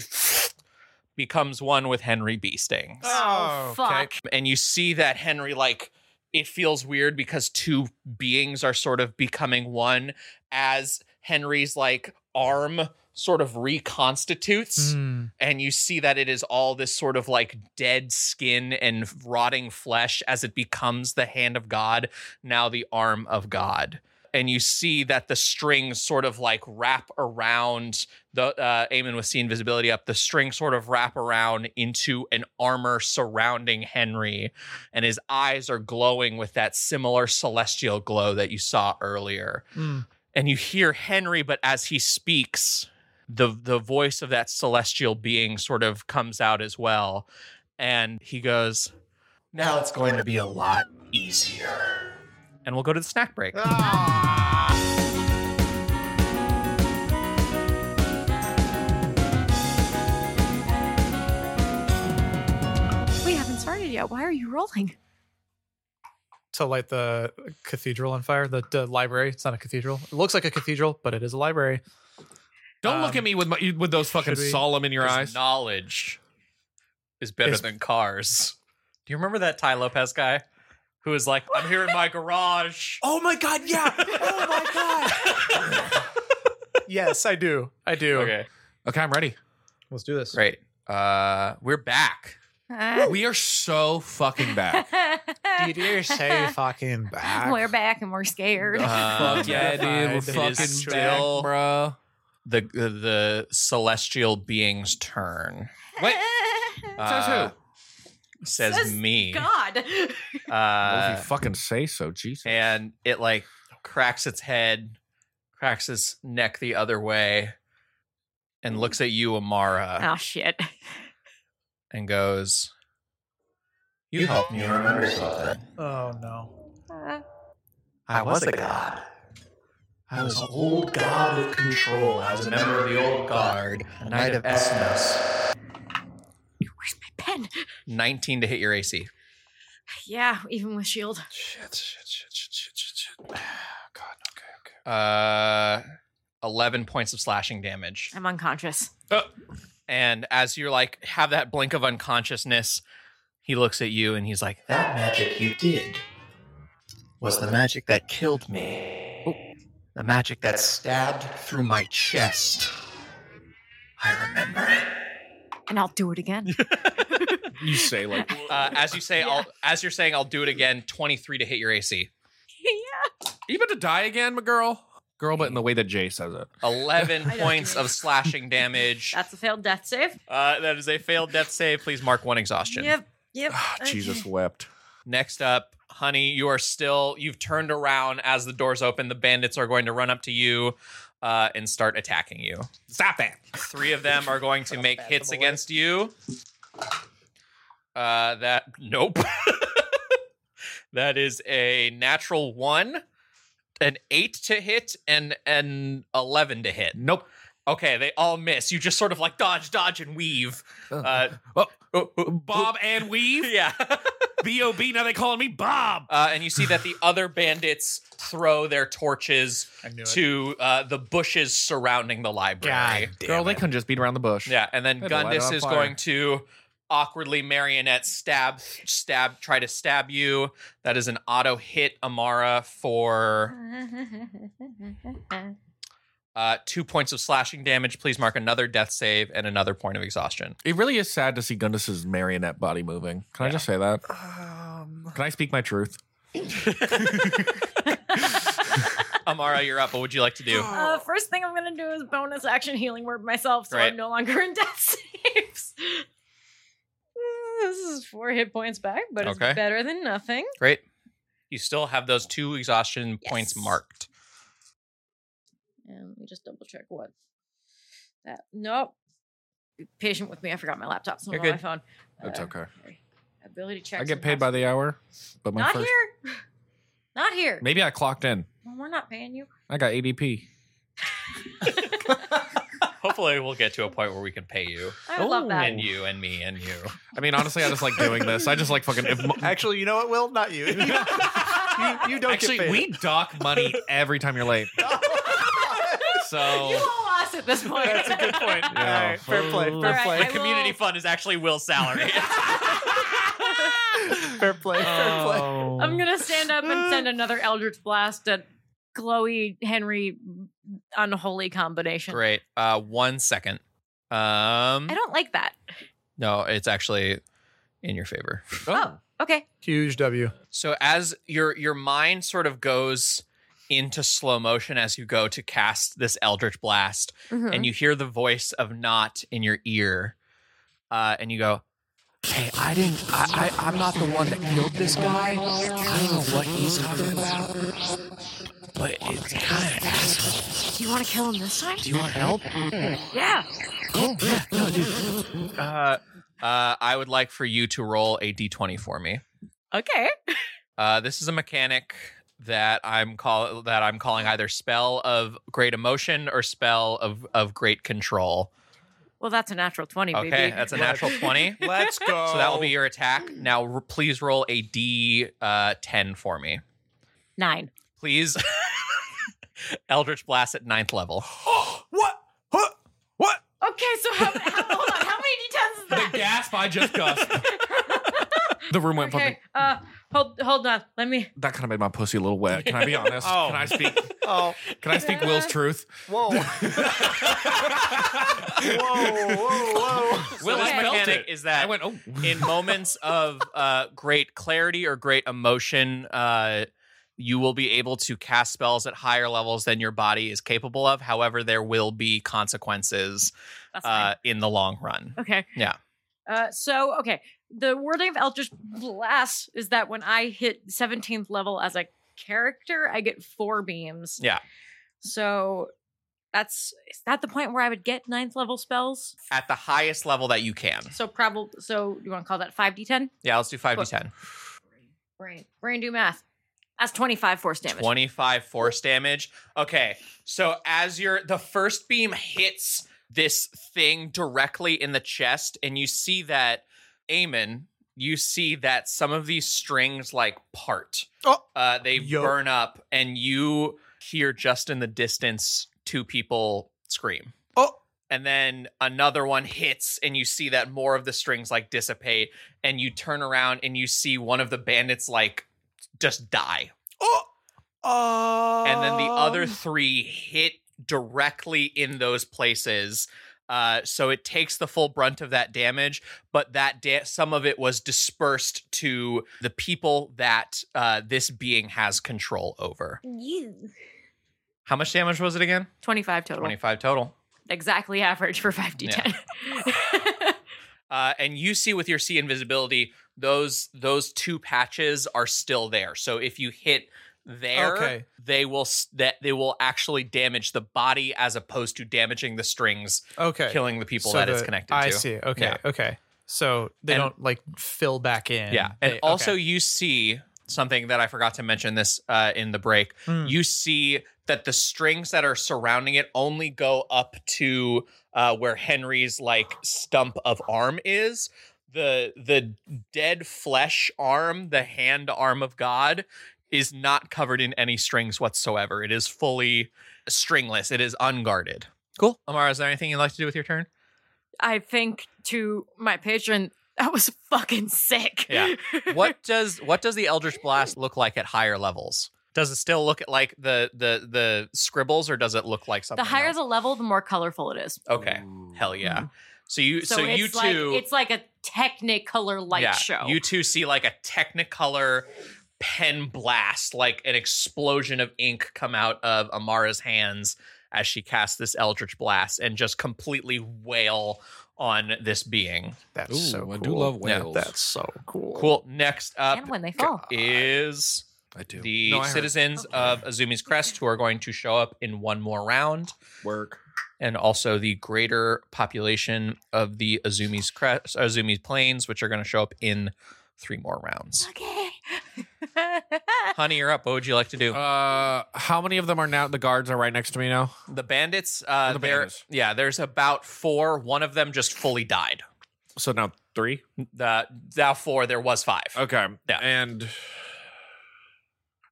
D: becomes one with Henry B. Stings
C: Oh, okay.
A: fuck.
D: and you see that Henry like it feels weird because two beings are sort of becoming one as Henry's like arm sort of reconstitutes
C: Mm.
D: and you see that it is all this sort of like dead skin and rotting flesh as it becomes the hand of God, now the arm of God. And you see that the strings sort of like wrap around the uh Eamon with see invisibility up, the strings sort of wrap around into an armor surrounding Henry, and his eyes are glowing with that similar celestial glow that you saw earlier
C: Mm.
D: and you hear Henry, but as he speaks, the the voice of that celestial being sort of comes out as well, and he goes,
E: Now it's going to be a lot easier.
D: and we'll go to the snack break.
A: We haven't started yet. Why are you rolling?
C: To light the cathedral on fire, the, the library. It's not a cathedral. It looks like a cathedral, but it is a library.
B: Don't look
C: Um,
B: at me with my, with those fucking
C: should we-
B: solemn in your
E: Ah.
D: Because
B: eyes.
D: knowledge is better
C: Is-
D: than cars. Do you remember that Ty Lopez guy who was like, "I'm here in my garage."
B: oh my god, yeah.
C: Oh my god. yes, I do. I do.
D: Okay,
B: okay, I'm ready.
C: Let's do this.
D: great. Uh, we're back.
B: We are so fucking back.
C: Dude, you're so fucking back.
A: We're back and we're scared.
D: Um,
B: Fuck yeah, dude. We're
C: It is
B: fucking
D: still-
B: back, bro.
D: The the celestial being's turn.
B: Wait, says
D: Uh,
B: who?
D: Says,
A: Says
D: me.
A: God.
D: Uh,
B: Uh, Well, if you fucking say so, Jesus.
D: and it like cracks its head, cracks his neck the other way and looks at you, Amara,
A: Oh shit.
D: and goes,
E: You helped me remember something.
C: Oh no.
A: Uh,
E: I was a god. I was an old god of control. I was a member of the old guard, a knight of Esnos.
A: where's my pen?
D: 19 to hit your AC.
A: Yeah, even with shield.
C: Shit, shit, shit, shit, shit, shit, shit. God, okay, okay.
D: Uh, 11 points of slashing damage.
A: I'm unconscious.
D: And as you're like, have that blink of unconsciousness, he looks at you and he's like,
E: That magic you did was the magic that killed me. The magic that stabbed through my chest. I remember it.
A: And I'll do it again.
B: You say like
D: uh, as you say, I'll, as you're saying, I'll do it again, 23 to hit your AC.
A: yeah.
B: even to die again, my girl. Girl, but in the way that Jay says it.
D: 11
A: I know.
D: points of slashing damage.
A: That's a failed death save.
D: Uh, that is a failed death save. Please mark one exhaustion.
A: Yep. Yep.
B: Ah, Jesus wept.
D: Next up, honey, you are still, you've turned around as the doors open. The bandits are going to run up to you uh, and start attacking you.
B: Stop it.
D: Three of them are going to make hits against you. Uh, that, nope. that is a natural one, an eight to hit, and an 11 to hit.
B: Nope.
D: Okay, they all miss. You just sort of like dodge, dodge, and weave. Uh,
B: Oh, oh, oh, Bob and Weave.
D: yeah.
B: B O B. Now they calling me Bob.
D: Uh, and you see that the other bandits throw their torches
C: I knew it.
D: to uh, the bushes surrounding the library.
C: God damn
B: Girl,
C: it.
B: they couldn't just beat around the bush.
D: Yeah, and then
B: Had to light it
D: Gundis
B: on
D: is
B: fire.
D: going to awkwardly marionette stab, stab, try to stab you. That is an auto hit, Amara, for uh, two points of slashing damage. Please mark another death save and another point of exhaustion.
B: It really is sad to see Gundus's marionette body moving. Can I
D: Yeah.
B: just say that?
C: Um,
B: Can I speak my truth?
D: Amara, you're up. What would you like to do?
A: Uh, first thing I'm gonna do is bonus action healing word myself, so
D: Right.
A: I'm no longer in death saves. Mm, this is four hit points back, but
D: Okay.
A: it's better than nothing.
D: Great. You still have those two exhaustion points
A: Yes.
D: marked.
A: And let me just double check what that. Nope. Be patient with me. I forgot my laptop. So I'm
D: You're
A: on my
D: good.
A: phone.
B: That's okay.
A: Ability check.
B: I get paid by the hour, but my
A: Not
B: first
A: here. Not here.
B: maybe I clocked in.
A: Well, we're not paying you.
B: I got ADP.
D: Hopefully, we'll get to a point where we can pay you.
A: I would love
B: Ooh.
A: that.
D: And you, and me, and you.
B: I mean, honestly, I just like doing this. I just like fucking. If,
C: Actually, you know what, Will? Not you. you, you don't
B: actually,
C: get paid.
B: we dock money every time you're late.
A: You
B: So
A: all lost at this point.
C: Oh. That's a good point. All
B: Yeah.
C: right, fair play. Fair
B: All
A: right,
C: play.
A: I will-
D: Community fund is actually Will's salary.
C: Fair play. Fair play.
D: Oh.
A: I'm gonna stand up and send another Eldritch Blast at Chloe Henry unholy combination.
D: Great. Uh, one second. Um,
A: I don't like that.
D: no, it's actually in your favor.
A: Oh, okay.
C: Huge W.
D: So as your your mind sort of goes into slow motion as you go to cast this Eldritch Blast,
A: Hmm.
D: and you hear the voice of Not in your ear, uh, and you go,
F: Hey, I didn't. I, I, I'm not the one that killed this guy. I don't know what he's talking about. But it's kind of asshole.
A: Do you want to kill him this time?
F: Do you want help?
A: Yeah.
F: Cool. Yeah, no, dude.
D: uh, uh, "I would like for you to roll a d20 for me."
A: Okay.
D: Uh, this is a mechanic that I'm call that I'm calling either spell of great emotion or spell of of great control.
A: Well, that's a natural twenty,
D: Okay,
A: baby.
D: that's a natural twenty.
C: Let's go.
D: So that will be your attack. Now, r- please roll a d uh, ten for me,
A: nine.
D: please. Eldritch blast at ninth level.
C: what? Huh? What?
A: Okay, so how, how, hold on. How many d10s is that?
B: gasp I just gusp. the room went fucking.
A: okay. Uh, hold hold on. Let me.
B: That kind of made my pussy a little wet. Can I be honest?
D: Oh.
B: Can I speak?
C: Oh,
B: Can I speak Will's truth?
C: whoa. whoa, whoa, whoa.
D: Will's
A: I felt
D: mechanic
B: it.
D: is that
B: I went. Oh,
D: in moments of uh, great clarity or great emotion, uh, you will be able to cast spells at higher levels than your body is capable of. However, there will be consequences
A: That's fine.
D: uh, in the long run.
A: Okay.
D: Yeah.
A: Uh, so okay, the wording of Eldritch Blast is that when I hit 17th level as a character, I get four beams.
D: Yeah.
A: So that's is that the point where I would get ninth level spells?
D: at the highest level that you can.
A: So probably so you want to call that five d ten?
D: Yeah, let's do 5d10.
A: Brain brain do math. That's twenty five force damage.
D: 25 force damage. Okay. So as your the first beam hits this thing directly in the chest and you see that Aemon, you see that some of these strings like part.
C: Oh.
D: Uh they
C: Yo.
D: burn up and you hear just in the distance two people scream.
C: Oh.
D: And then another one hits and you see that more of the strings like dissipate and you turn around and you see one of the bandits like just die
C: Oh, oh.
D: and then the other three hit directly in those places. Uh, so it takes the full brunt of that damage, but that da- some of it was dispersed to the people that uh, this being has control over. How much damage was it again?
A: Twenty five total.
D: Twenty-five total.
A: Exactly average for five d ten.
D: Uh, and you see with your C invisibility, those those two patches are still there. So if you hit there,
C: Okay.
D: they will s- that they will actually damage the body as opposed to damaging the strings
C: okay
D: killing the people
C: So
D: that it's
C: the-
D: connected
C: I
D: to.
C: see. Okay,
D: Yeah.
C: okay. So they
D: And-
C: don't like fill back in.
D: Yeah.
C: They-
D: And
C: okay.
D: also you see something that I forgot to mention this uh, in the break.
C: Hmm.
D: You see that the strings that are surrounding it only go up to uh, where Henry's like stump of arm is. The the dead flesh arm, the hand arm of God, is not covered in any strings whatsoever. It is fully stringless. It is unguarded. Cool. Amara, is there anything you'd like to do with your turn?
A: I think to my patron that was fucking sick.
D: Yeah. what does what does the eldritch blast look like at higher levels does it still look at like the the the scribbles or does it look like something
A: the higher
D: else?
A: the level, the more colorful it is.
D: okay hell yeah so you so,
A: it's
D: you
A: like,
D: two
A: it's like a technicolor light
D: yeah,
A: show.
D: you two see like a technicolor pen blast like an explosion of ink come out of amara's hands as she casts this eldritch blast and just completely wail on this being
C: that's
B: Ooh,
C: so cool.
B: I do love
D: Yeah,
B: whales.
C: That's so cool.
D: cool next up
A: and when they fall.
D: is
B: I do.
D: the
B: No, I heard.
D: citizens
A: Okay.
D: of Azumi's Crest who are going to show up in one more round,
B: work.
D: and also the greater population of the Azumi's Crest, Azumi's Plains, which are going to show up in three more rounds.
A: Okay.
D: Honey, you're up. What would you like to do?
B: Uh, how many of them are now? The guards are right next to me now.
D: the bandits, uh,
B: the
D: there-
B: bandits.
D: yeah, there's about four. One of them just fully died.
B: So now three.
D: The now four. There was five.
B: Okay.
D: Yeah.
B: And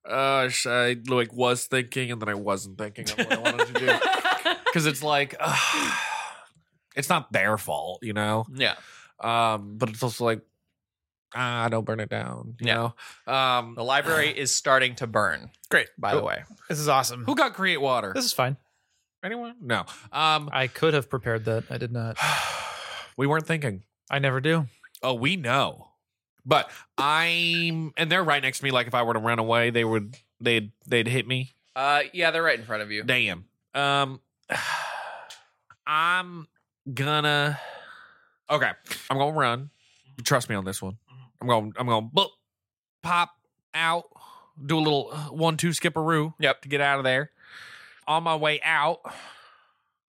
B: uh, sh- I like was thinking, and then I wasn't thinking of what I wanted to do because it's like ugh, it's not their fault, you know.
D: Yeah,
B: Um, but it's also like ah, don't burn it down, you
D: Yeah.
B: know. Um,
D: the library is starting to burn.
C: Great.
D: By
B: Oh.
D: the way,
C: This is awesome.
B: who got create water?
C: This is fine.
B: Anyone? No. Um,
C: I could have prepared that. I did not.
B: we weren't thinking.
C: I never do.
B: Oh, we know. But I'm and they're right next to me. Like if I were to run away, they would they'd they'd hit me.
D: uh, yeah, they're right in front of you.
B: Damn. Um I'm gonna Okay. I'm gonna run. Trust me on this one.
D: Mm-hmm.
B: I'm gonna I'm gonna boop, pop out, do a little uh, one two skipperoo
D: Yep.
B: to get out of there. On my way out,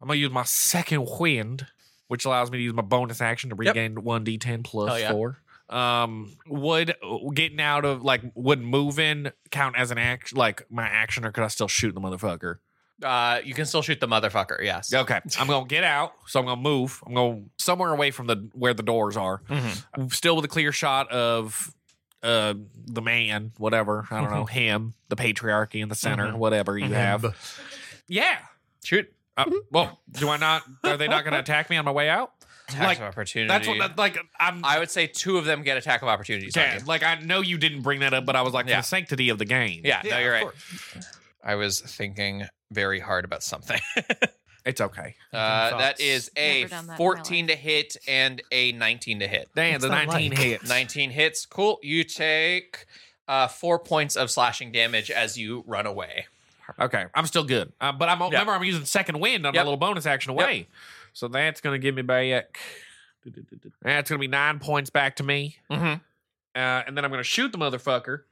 B: I'm gonna use my second wind, which allows me to use my bonus action to
D: Yep.
B: regain one d10 plus
D: Hell yeah.
B: four. Um, would getting out of like would moving count as an act like my action, or could I still shoot the motherfucker?
D: Uh, you can still shoot the motherfucker. Yes.
B: Okay, I'm gonna get out, so I'm gonna move. I'm going somewhere away from the where the doors are.
D: Mhm.
B: Still with a clear shot of uh the man, whatever I don't know him, the patriarchy in the center,
D: Mhm.
B: whatever you have. Yeah,
D: Shoot.
B: uh, well, do I not? Are they not going to attack me on my way out?
D: Attack
B: Like,
D: of opportunity.
B: That's what. That, like I'm.
D: I would say two of them get attack of opportunities. on
B: okay,
D: you.
B: like I know you didn't bring that up, but I was like for
D: Yeah.
B: the sanctity of the game.
D: Yeah, no, you're
C: of
D: right.
C: course.
D: I was thinking very hard about something.
B: it's okay.
D: uh, that
C: thoughts.
D: is a
A: Never done that in my
D: 14 to hit and a 19 to hit.
B: Damn,
C: It's
B: the
C: not
B: 19
C: like-
B: hits.
D: 19 hits. Cool. You take uh, four points of slashing damage as you run away.
B: Okay, I'm still good. Uh, but I'm remember I'm using second wind on
D: Yep.
B: my little bonus action away, so that's gonna give me back. That's gonna be nine points back to me,
D: Mm-hmm.
B: uh, and then I'm gonna shoot the motherfucker.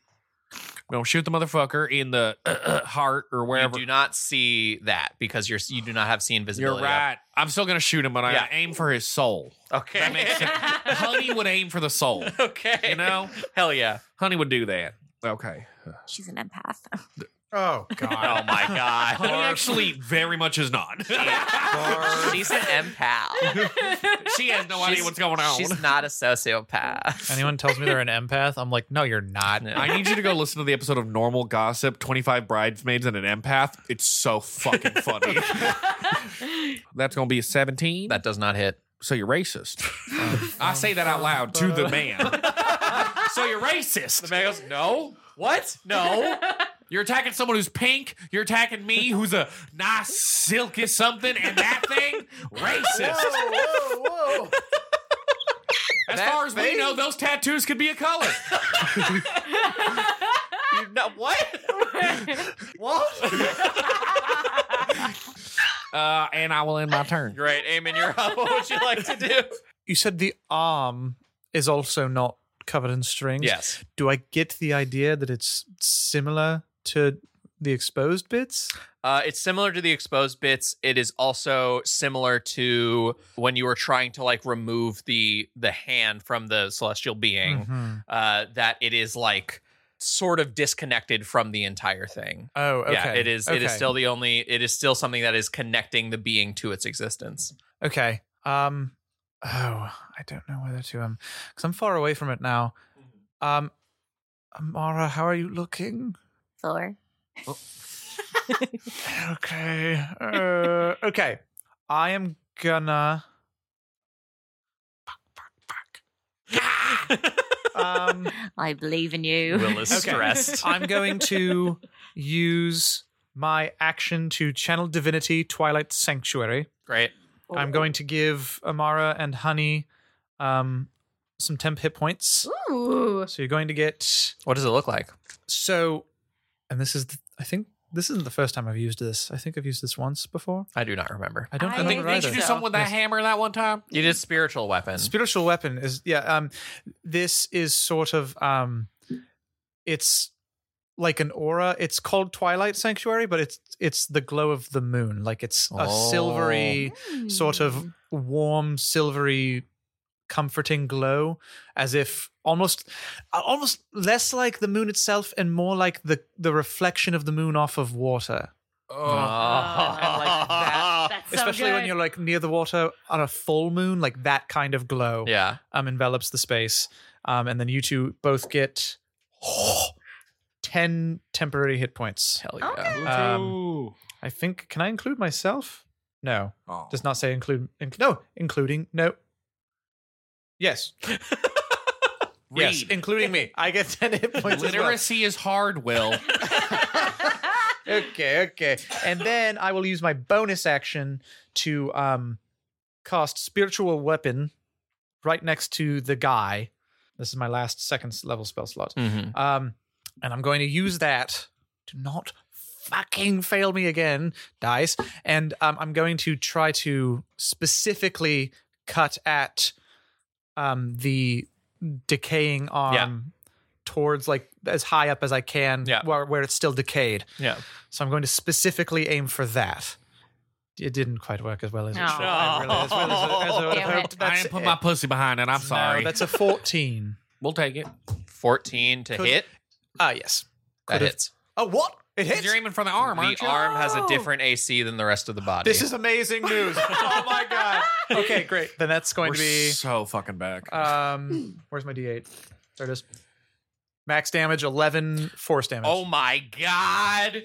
B: We're gonna shoot the motherfucker in the heart or wherever.
D: You do not see that because you're you do not have see
B: You're
D: invisibility. up.
B: right. I'm still gonna shoot him, but
D: Yeah.
B: I aim for his soul.
D: Okay.
B: That makes sense. Honey would aim for the soul.
D: okay.
B: You know,
D: Hell yeah.
B: Honey would do that. Okay.
A: She's an empath.
C: Oh God.
D: Oh my god.
B: Honey actually very much is not.
C: Barf.
D: She's an empath.
B: she has no idea
D: She's-
B: what's going on.
D: She's not a sociopath.
C: Anyone tells me they're an empath, I'm like, no, you're not.
D: No.
B: I need you to go listen to the episode of Normal Gossip 25 Bridesmaids and an Empath. It's so fucking funny. That's going to be a 17.
D: That does not hit.
B: so you're racist. I say that out loud to the man. so you're racist. The man goes, No.
D: What?
B: No. You're attacking someone who's pink. You're attacking me, who's a nice, silky something, and that thing? Racist.
E: whoa, whoa.
B: As
D: That
B: far as we
D: thing?
B: know, those tattoos could be a color.
D: You no what? what?
B: Uh, and I will end my turn.
D: Great, Eamon, you're up. What would you like to do?
C: You said the arm is also not covered in strings.
D: Yes.
C: Do I get the idea that it's similar to the exposed bits?
D: Uh, it's similar to the exposed bits. It is also similar to when you were trying to like remove the the hand from the celestial being.
B: Mm-hmm.
C: Mhm.
D: Uh, that it is like sort of disconnected from the entire thing.
C: Oh, okay.
D: Yeah, it is. It is
C: Okay.
D: still the only. It is still something that is connecting the being to its existence.
C: Okay. Um. Oh, I don't know whether to um, because I'm far away from it now.
D: Mm-hmm.
C: Um, Amara, how are you looking?
A: Thor.
C: Okay. Uh, okay. I am gonna. Fuck! Fuck! Fuck! um.
A: I believe in you.
D: Will is stressed.
C: I'm going to use my action to channel divinity Twilight Sanctuary.
D: Great.
C: I'm
A: Oh.
C: going to give Amara and Honey um, some temp hit points.
A: Ooh.
C: So you're going to get
D: What does it look like?
C: so, and this is the, I think this isn't the first time I've used this. I think I've used this once before.
D: I do not remember.
C: I don't
A: I
C: remember
A: think
B: Did
A: so.
C: either.
B: you do something with that hammer that one time?
D: It is spiritual weapon.
C: Spiritual weapon is yeah. Um, this is sort of um, it's like an aura. It's called Twilight Sanctuary, but it's it's the glow of the moon. Like it's a silvery
A: Oh.
C: sort
A: Hmm.
C: of uh, warm, silvery, comforting glow, as if almost uh, almost less like the moon itself and more like the the reflection of the moon off of water.
D: oh,
A: I That's so
C: Especially when
A: good.
C: you're like near the water on a full moon, like that kind of glow
D: Yeah.
C: um, envelops the space. Um, and then you two both get 10 temporary hit points.
D: Hell yeah.
B: Uh,
A: Okay.
C: Um, I think, can I include myself? No.
B: Oh.
C: Does not say include. inc- no, including. No. Yes. Yes,
B: Read.
C: including me. I get 10 hit points. as well.
B: Literacy is hard, Will.
C: Okay, okay. And then I will use my bonus action to um cast spiritual weapon right next to the guy. This is my last second level spell slot.
D: Mhm.
C: Um and I'm going to use that to not fucking fail me again, dice. And um, I'm going to try to specifically cut at um the decaying arm towards like as high up as I can
D: Yeah.
C: where, where it's still decayed.
D: Yeah.
C: So I'm going to specifically aim for that. It didn't quite work as well as it
A: No.
C: should. I really- as well as- as I would
A: Damn
C: have
A: it.
C: hoped.
B: I
C: That's
B: didn't put
C: it.
B: my pussy behind it. I'm
C: No,
B: sorry.
C: that's a 14.
B: we'll take it.
D: 14 to
C: Could-
D: hit.
C: Ah, yes.
D: That
C: Could've-
D: hits.
C: Oh, what? It
B: Because
C: hits?
B: you're aiming for the arm,
D: the
B: aren't you?
D: arm has a
A: Oh.
D: different AC than the rest of the body.
C: This is amazing news. oh my god. Okay, great. Then that's going
B: We're
C: to be
B: so fucking back.
C: um where's my d8? There it is. Max damage 11 force damage.
D: Oh my god!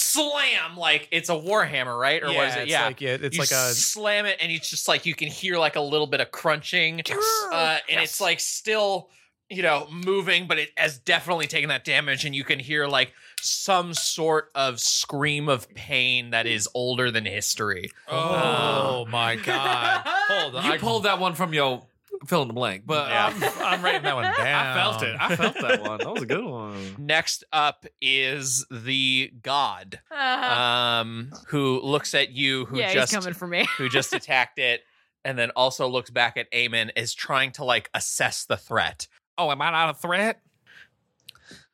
D: Slam! Like it's a warhammer, right? Or
C: yeah,
D: what is it?
C: It's
D: Yeah.
C: like yeah, it's
D: You
C: like a
D: slam it, and it's just like you can hear like a little bit of crunching, uh, and it's like still you know moving, but it has definitely taken that damage, and you can hear like some sort of scream of pain that is older than history.
B: Oh.
C: my god. Hold
B: you pulled that one from your fill in the blank, but
D: Yeah.
B: um, I'm writing that one down. I felt it. I felt that one. That was a good one.
D: Next up is the god,
A: Uh,
D: um, who looks at you, who
A: yeah,
D: just
A: he's coming for me.
D: who just attacked it, and then also looks back at Aemon, is trying to like assess the threat.
B: Oh, am I not a threat?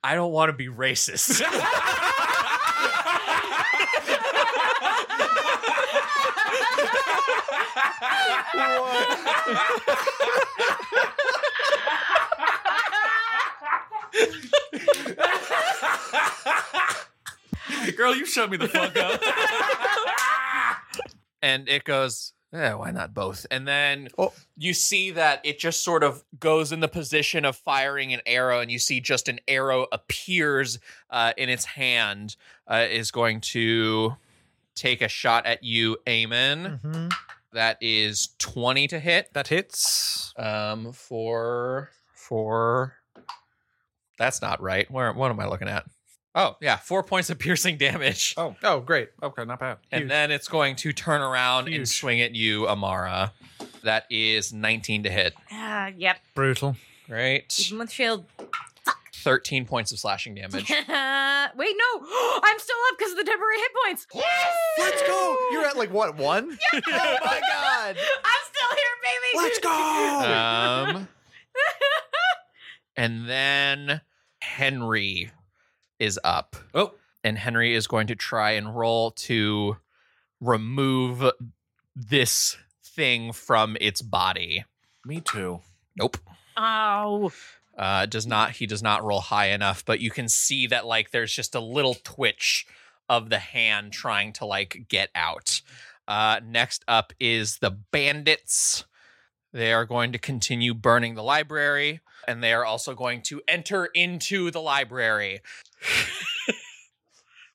D: I don't want to be racist.
B: Girl, you shut me the fuck up.
D: and it goes, yeah, why not both? And then
C: Oh.
D: you see that it just sort of goes in the position of firing an arrow, and you see just an arrow appears uh, in its hand, uh, is going to take a shot at you, Amen.
C: Mhm.
D: That is 20 to hit
C: That hits.
D: um for for that's not right where what am i looking at oh yeah four points of piercing damage
C: Oh, oh, great.
B: Okay, not bad.
D: and then it's going to turn around and
B: Huge.
D: swing at you amara that is 19 to hit
A: Ah, yep.
C: Brutal.
D: great
A: Even with shield.
D: 13 points of slashing
A: Wait,
D: damage
A: no. I'm still up because of the temporary hit points.
C: Let's go. You're at like what one? Oh my god.
A: I'm still here, baby.
F: Let's go.
D: um and then henry is up
B: Oh,
D: and Henry is going to try and roll to remove this thing from its body.
B: me too.
D: Nope.
A: Oh.
D: Uh does not he does not roll high enough, but you can see that like there's just a little twitch of the hand trying to like get out. Uh next up is the bandits. They are going to continue burning the library and they are also going to enter into the library.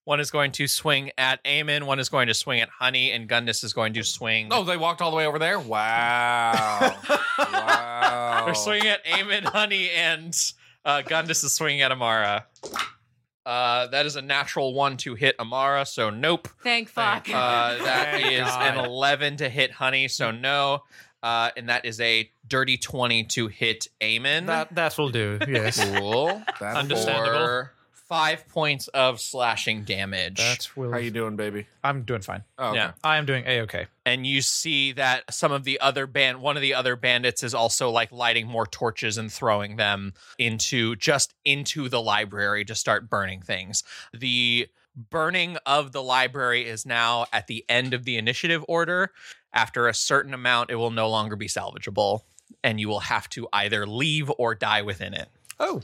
D: one is going to swing at Eamon, one is going to swing at Honey, and Gundus is going to swing.
B: Oh, they walked all the way over there. Wow. wow.
D: They're swinging at Eamon, Honey, and uh, Gundus is swinging at Amara. Uh, that is a natural one to hit Amara, so nope.
A: Thank fuck.
D: Uh, that
B: Thank
D: is
B: God.
D: an 11 to hit Honey, so no. Uh, and that is a dirty 20 to hit Eamon.
C: That that will do. Yes.
D: cool.
B: That's
D: Understandable. For five points of slashing damage.
C: will.
B: How you doing, baby?
C: I'm doing fine.
B: Oh,
D: Yeah.
C: I am doing a okay.
D: and you see that some of the other band one of the other bandits is also like lighting more torches and throwing them into just into the library to start burning things the burning of the library is now at the end of the initiative order after a certain amount it will no longer be salvageable and you will have to either leave or die within it
C: Oh.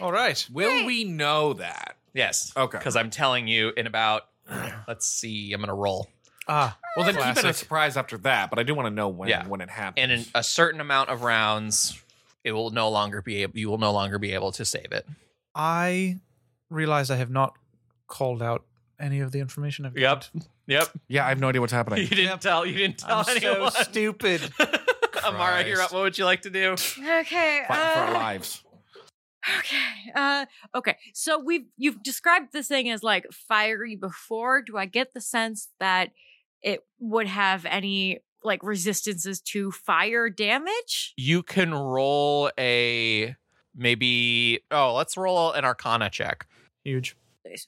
C: All right.
B: Will we know that?
D: yes
B: Okay.
D: because i'm telling you in about let's see i'm gonna roll
C: Ah.
B: Well, then keep it a
C: Classic.
B: surprise after that, but I do want to know when
D: Yeah.
B: when it happens.
D: and in a certain amount of rounds it will no longer be able you will no longer be able to save it
C: I realize I have not called out any of the information. I've
D: Yep. yep
B: yeah, I have no idea what's happening.
D: didn't tell you didn't
C: I'm so stupid.
D: amara you're up what would you like to do
A: okay.
B: Fighting for our
A: uh,
B: lives.
A: Okay. Uh, okay. So we've you've described this thing as like fiery before. Do I get the sense that it would have any like resistances to fire damage?
D: you can roll a maybe oh let's roll an arcana check
C: Huge.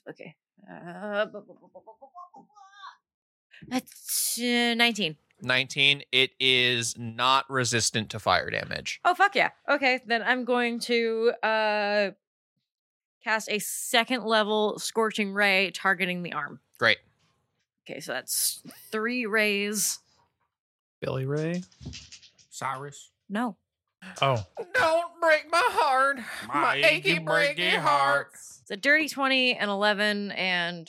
A: Okay. Uh, bu- bu- bu- bu- bu- bu- bu- bu- that's uh, 19.
D: 19 it is not resistant to fire damage
A: Oh fuck yeah. Okay, then I'm going to uh cast a second level scorching ray targeting the arm.
D: Great.
A: Okay, so that's 3 rays.
C: Billy Ray.
B: Cyrus.
A: No.
C: Oh.
D: don't break my heart
B: My achy, breaky heart.
A: It's a dirty 20 and 11 and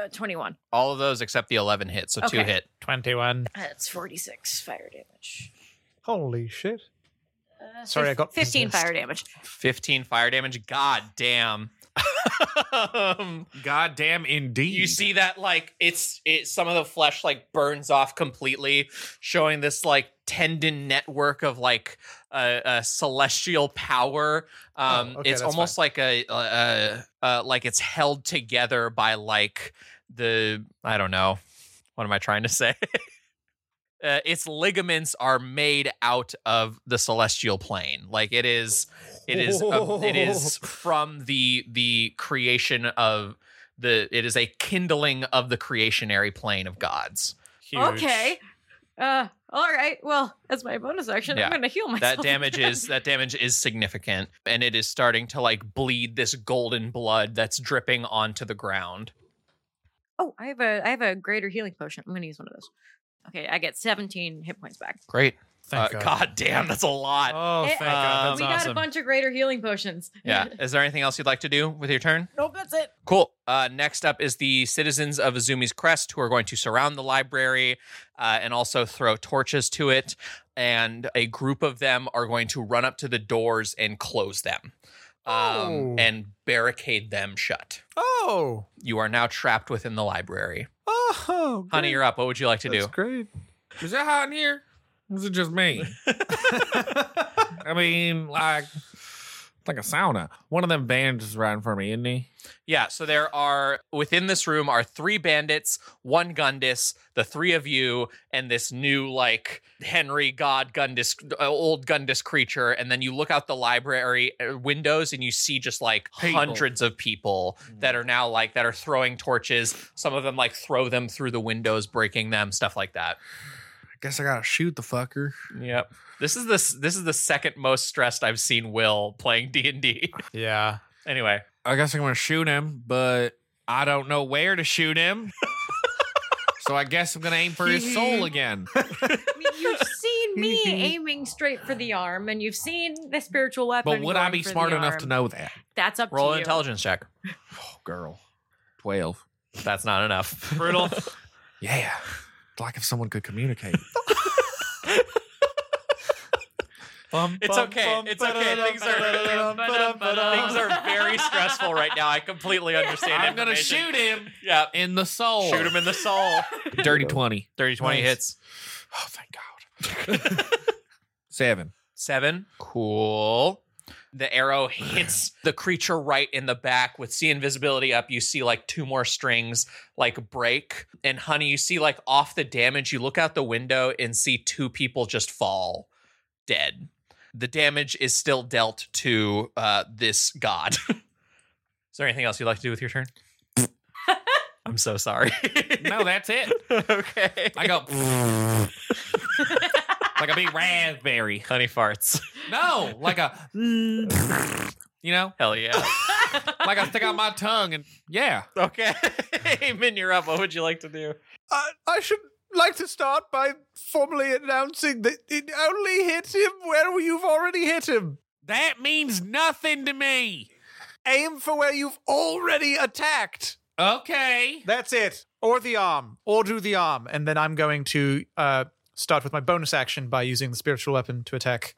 A: uh, 21.
D: all of those except the 11 hit so two
A: Okay.
D: hit
C: 21.
A: That's 46 fire damage.
C: Holy shit.
A: Uh,
C: Sorry, I got
A: 15
C: possessed.
A: fire damage.
D: 15 fire damage god damn um,
B: Goddamn, indeed.
D: you see that like it's it some of the flesh like burns off completely showing this like tendon network of like a uh, uh, celestial power um
C: Oh, okay,
D: it's
C: that's
D: almost like a uh, uh, uh like it's held together by like the i don't know what am i trying to say Uh, its ligaments are made out of the celestial plane. Like it is, it is, a- it is from the the creation of the. It is a kindling of the creationary plane of gods.
C: Huge.
A: Okay. Uh, all right, well, as my bonus action,
D: Yeah.
A: I'm going to heal myself.
D: that damage
A: again."
D: is that damage is significant and it is starting to like bleed this golden blood that's dripping onto the ground
A: Oh, I have a I have a greater healing potion. I'm going to use one of those. Okay, I get 17 hit points back.
D: great
C: Thank
D: uh,
C: God.
D: god. damn that's a lot
C: Oh,
A: Eh,
C: thank God. That's
A: we
C: awesome.
A: got a bunch of greater healing potions.
D: yeah is there anything else you'd like to do with your turn
A: nope, that's it.
D: Cool. Uh, next up is the citizens of Azumi's Crest who are going to surround the library uh, and also throw torches to it. And a group of them are going to run up to the doors and close them um,
C: Oh.
D: and barricade them shut.
C: oh,
D: You are now trapped within the library.
C: oh,
D: Honey, you're up. What would you like to
C: That's
D: do?
C: great.
B: Is that hot in here? Or Is it just me? I mean, like, like a sauna. One of them bands is right in front of me, isn't he?
D: Yeah, so there are within this room are three bandits, one Gundis, the three of you, and this new like Henry God Gundis, uh, old Gundis creature. And then you look out the library uh, windows and you see just like
B: People.
D: hundreds of people that are now like that are throwing torches. Some of them like throw them through the windows, breaking them, stuff like that.
B: I guess I gotta shoot the fucker.
D: Yep. This is this this is the second most stressed I've seen Will playing D and D.
C: Yeah.
D: Anyway,
B: I guess I'm gonna shoot him, but I don't know where to shoot him. so I guess I'm gonna aim for his soul again.
A: I mean, you've seen me aiming straight for the arm, and you've seen the spiritual weapon.
B: But would I
A: going
B: be
A: for the
B: smart enough to
A: arm.
B: know that?
A: That's up
D: roll
A: to
D: an
A: you.
D: intelligence check.
B: Oh, girl. 12.
D: That's not enough.
C: Brutal.
B: Yeah. It's like if someone could communicate.
C: Bum,
D: It's
C: bum,
D: okay.
C: bum,
D: It's okay.
C: ba-da-dum,
D: Things are
C: ba-da-dum, ba-dum, ba-dum.
D: things are very stressful right now. I completely understand.
B: I'm gonna
D: information.
B: shoot him
D: Yeah,
B: in the soul.
D: shoot him in the soul.
B: Dirty 20.
D: Dirty twenty
B: Nice.
D: hits.
B: Oh, thank God. Seven.
D: Seven. Cool. The arrow hits the creature right in the back. With see invisibility up, you see like two more strings like break. And honey, you see like off the damage. You look out the window and see two people just fall dead. The damage is still dealt to uh, this god. is there anything else you'd like to do with your turn? I'm so sorry.
B: No, that's it.
D: okay.
B: I go like a big raspberry.
D: honey farts.
B: No, like a you know,
D: Hell yeah.
B: like I stick out my tongue and yeah.
D: okay. Min, you're up. What would you like to do?
C: I, I should like to start by formally announcing that it only hit him where you've already hit him.
B: That means nothing to me.
C: Aim for where you've already attacked.
B: Okay.
C: That's it. Or the arm. Or do the arm. And then I'm going to uh, start with my bonus action by using the spiritual weapon to attack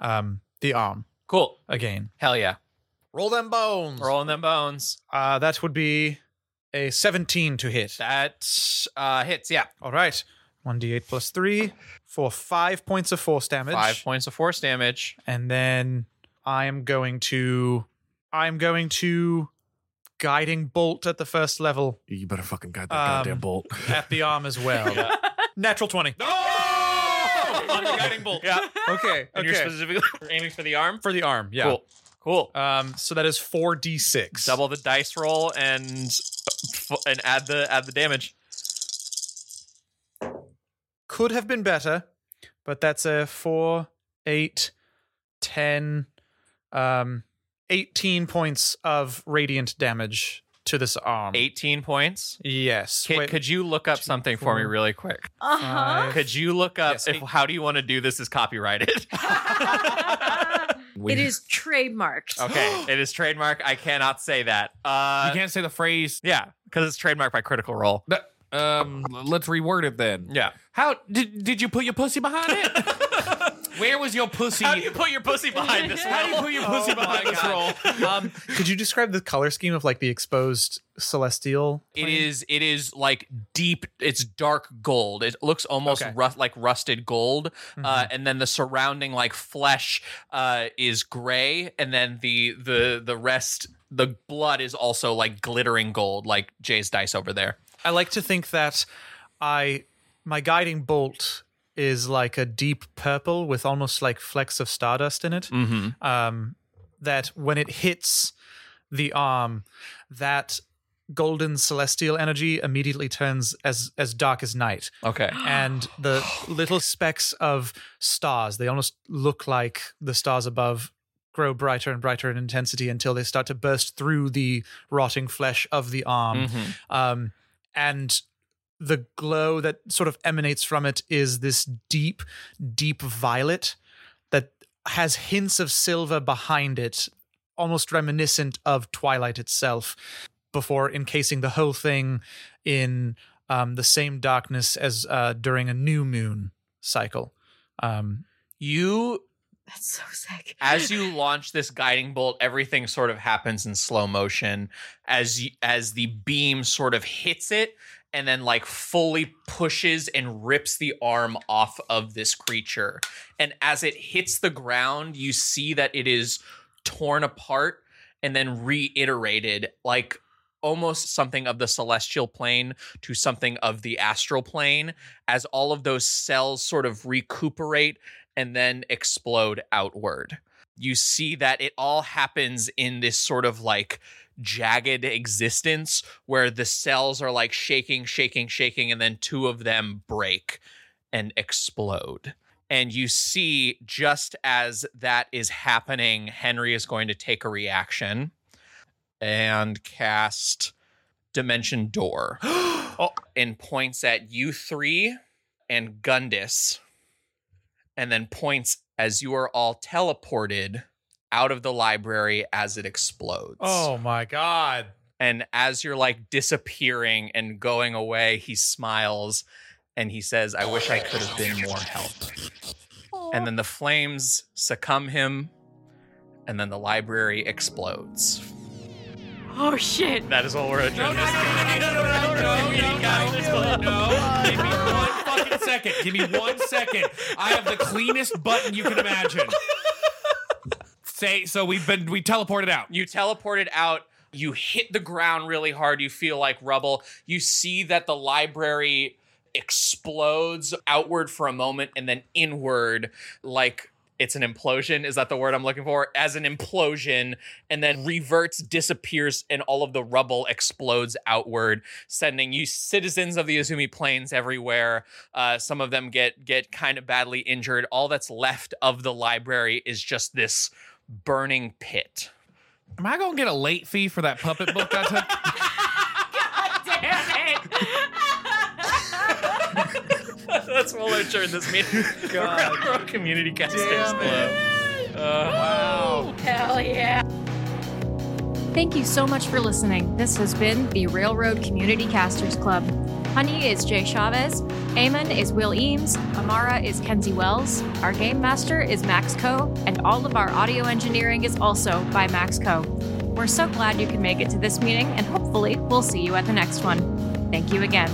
C: um, the arm
D: Cool.
C: again.
D: Hell yeah.
C: Roll them bones.
D: Rolling them bones.
C: Uh, that would be a 17 to hit.
D: That uh, hits. Yeah.
C: All right. 1d8 plus 3 for 5 points of force damage.
D: Five points of force damage.
C: and then I am going to I am going to guiding bolt at the first level
B: You better fucking guide that
C: Um,
B: goddamn bolt.
C: at the arm as well. Natural twenty.
D: On the guiding bolt. Yeah.
C: Okay,
D: And you're specifically aiming for the arm.
C: for the arm. Yeah.
D: Cool. Cool.
C: Um, so that is four d six.
D: Double the dice roll and and add the add the damage.
C: could have been better, but that's a four, eight, ten, um, eighteen points of radiant damage to this arm.
D: 18 points.
C: Yes.
D: Kit,
C: Wait,
D: could you look up something for me
C: four,
D: really quick?
A: Uh
C: five.
D: Could you look up
C: Yes,
D: if
C: eight.
D: how do you want to do this is copyrighted?
A: huh. it
B: Weird.
A: is trademarked.
D: okay, it is trademark. I cannot say that.
B: You
D: Uh,
B: can't say the phrase.
D: yeah, because it's trademarked by Critical Role.
B: but, Um, let's reword it then.
D: Yeah.
B: How did did you put your pussy behind it? Where was your pussy?
D: How do you put your pussy behind this?
B: How do you
D: roll?
B: put your pussy behind this roll?
D: Um,
C: could you describe the color scheme of like the exposed celestial?
D: it is it is like deep. It's dark gold. It looks almost
C: Okay.
D: rust like rusted gold. Uh,
B: Mm-hmm.
D: and then the surrounding like flesh uh, is gray, and then the the the rest the blood is also like glittering gold, like Jay's dice over there.
C: I like to think that I my guiding bolt is like a deep purple with almost like flecks of stardust in it.
D: Mm-hmm.
C: Um, that when it hits the arm, that golden celestial energy immediately turns as as dark as night
D: Okay.
C: and the little specks of stars they almost look like the stars above grow brighter and brighter in intensity until they start to burst through the rotting flesh of the arm
D: Mhm.
C: um, and the glow that sort of emanates from it is this deep, deep violet that has hints of silver behind it, almost reminiscent of twilight itself, before encasing the whole thing in um, the same darkness as uh, during a new moon cycle. Um,
D: You,
A: That's so sick.
D: as you launch this guiding bolt, everything sort of happens in slow motion as you, as the beam sort of hits it and then like fully pushes and rips the arm off of this creature. And as it hits the ground, you see that it is torn apart and then reiterated like almost something of the celestial plane to something of the astral plane as all of those cells sort of recuperate and then explode outward. You see that it all happens in this sort of like jagged existence where the cells are like shaking, shaking, shaking, and then two of them break and explode. And you see just as that is happening, Henry is going to take a reaction and cast Dimension Door oh. and points at you three and Gundis and then points as you are all teleported out of the library as it explodes.
C: Oh my God.
D: And as you're like disappearing and going away, he smiles and he says, I wish I could have been more help. And then the flames succumb him, and then the library explodes.
A: Oh shit.
D: That is all we're addressing. No,
B: Give me one fucking second. Give me one second. I have the cleanest button you can imagine. Say so we've been we teleported out.
D: You teleported out. You hit the ground really hard. You feel like rubble. You see that the library explodes outward for a moment and then inward, like it's an implosion. Is that the word I'm looking for? As an implosion, and then reverts, disappears, and all of the rubble explodes outward, sending you citizens of the Azumi Plains everywhere. Uh, some of them get get kind of badly injured. All that's left of the library is just this burning pit.
B: Am I gonna get a late fee for that puppet book I took?
A: God damn it.
D: Let's roll our turn this meeting.
C: God.
D: Rock Community Casters
C: Damn
D: Club. Uh,
A: Oh,
D: wow.
A: Hell yeah. Thank you so much for listening. This has been the Railroad Community Casters Club. Honey is Jay Chavez. Amon is Will Eames. Amara is Kenzie Wells. Our game master is Max Co. And all of our audio engineering is also by Max Co. We're so glad you can make it to this meeting, and hopefully, we'll see you at the next one. Thank you again.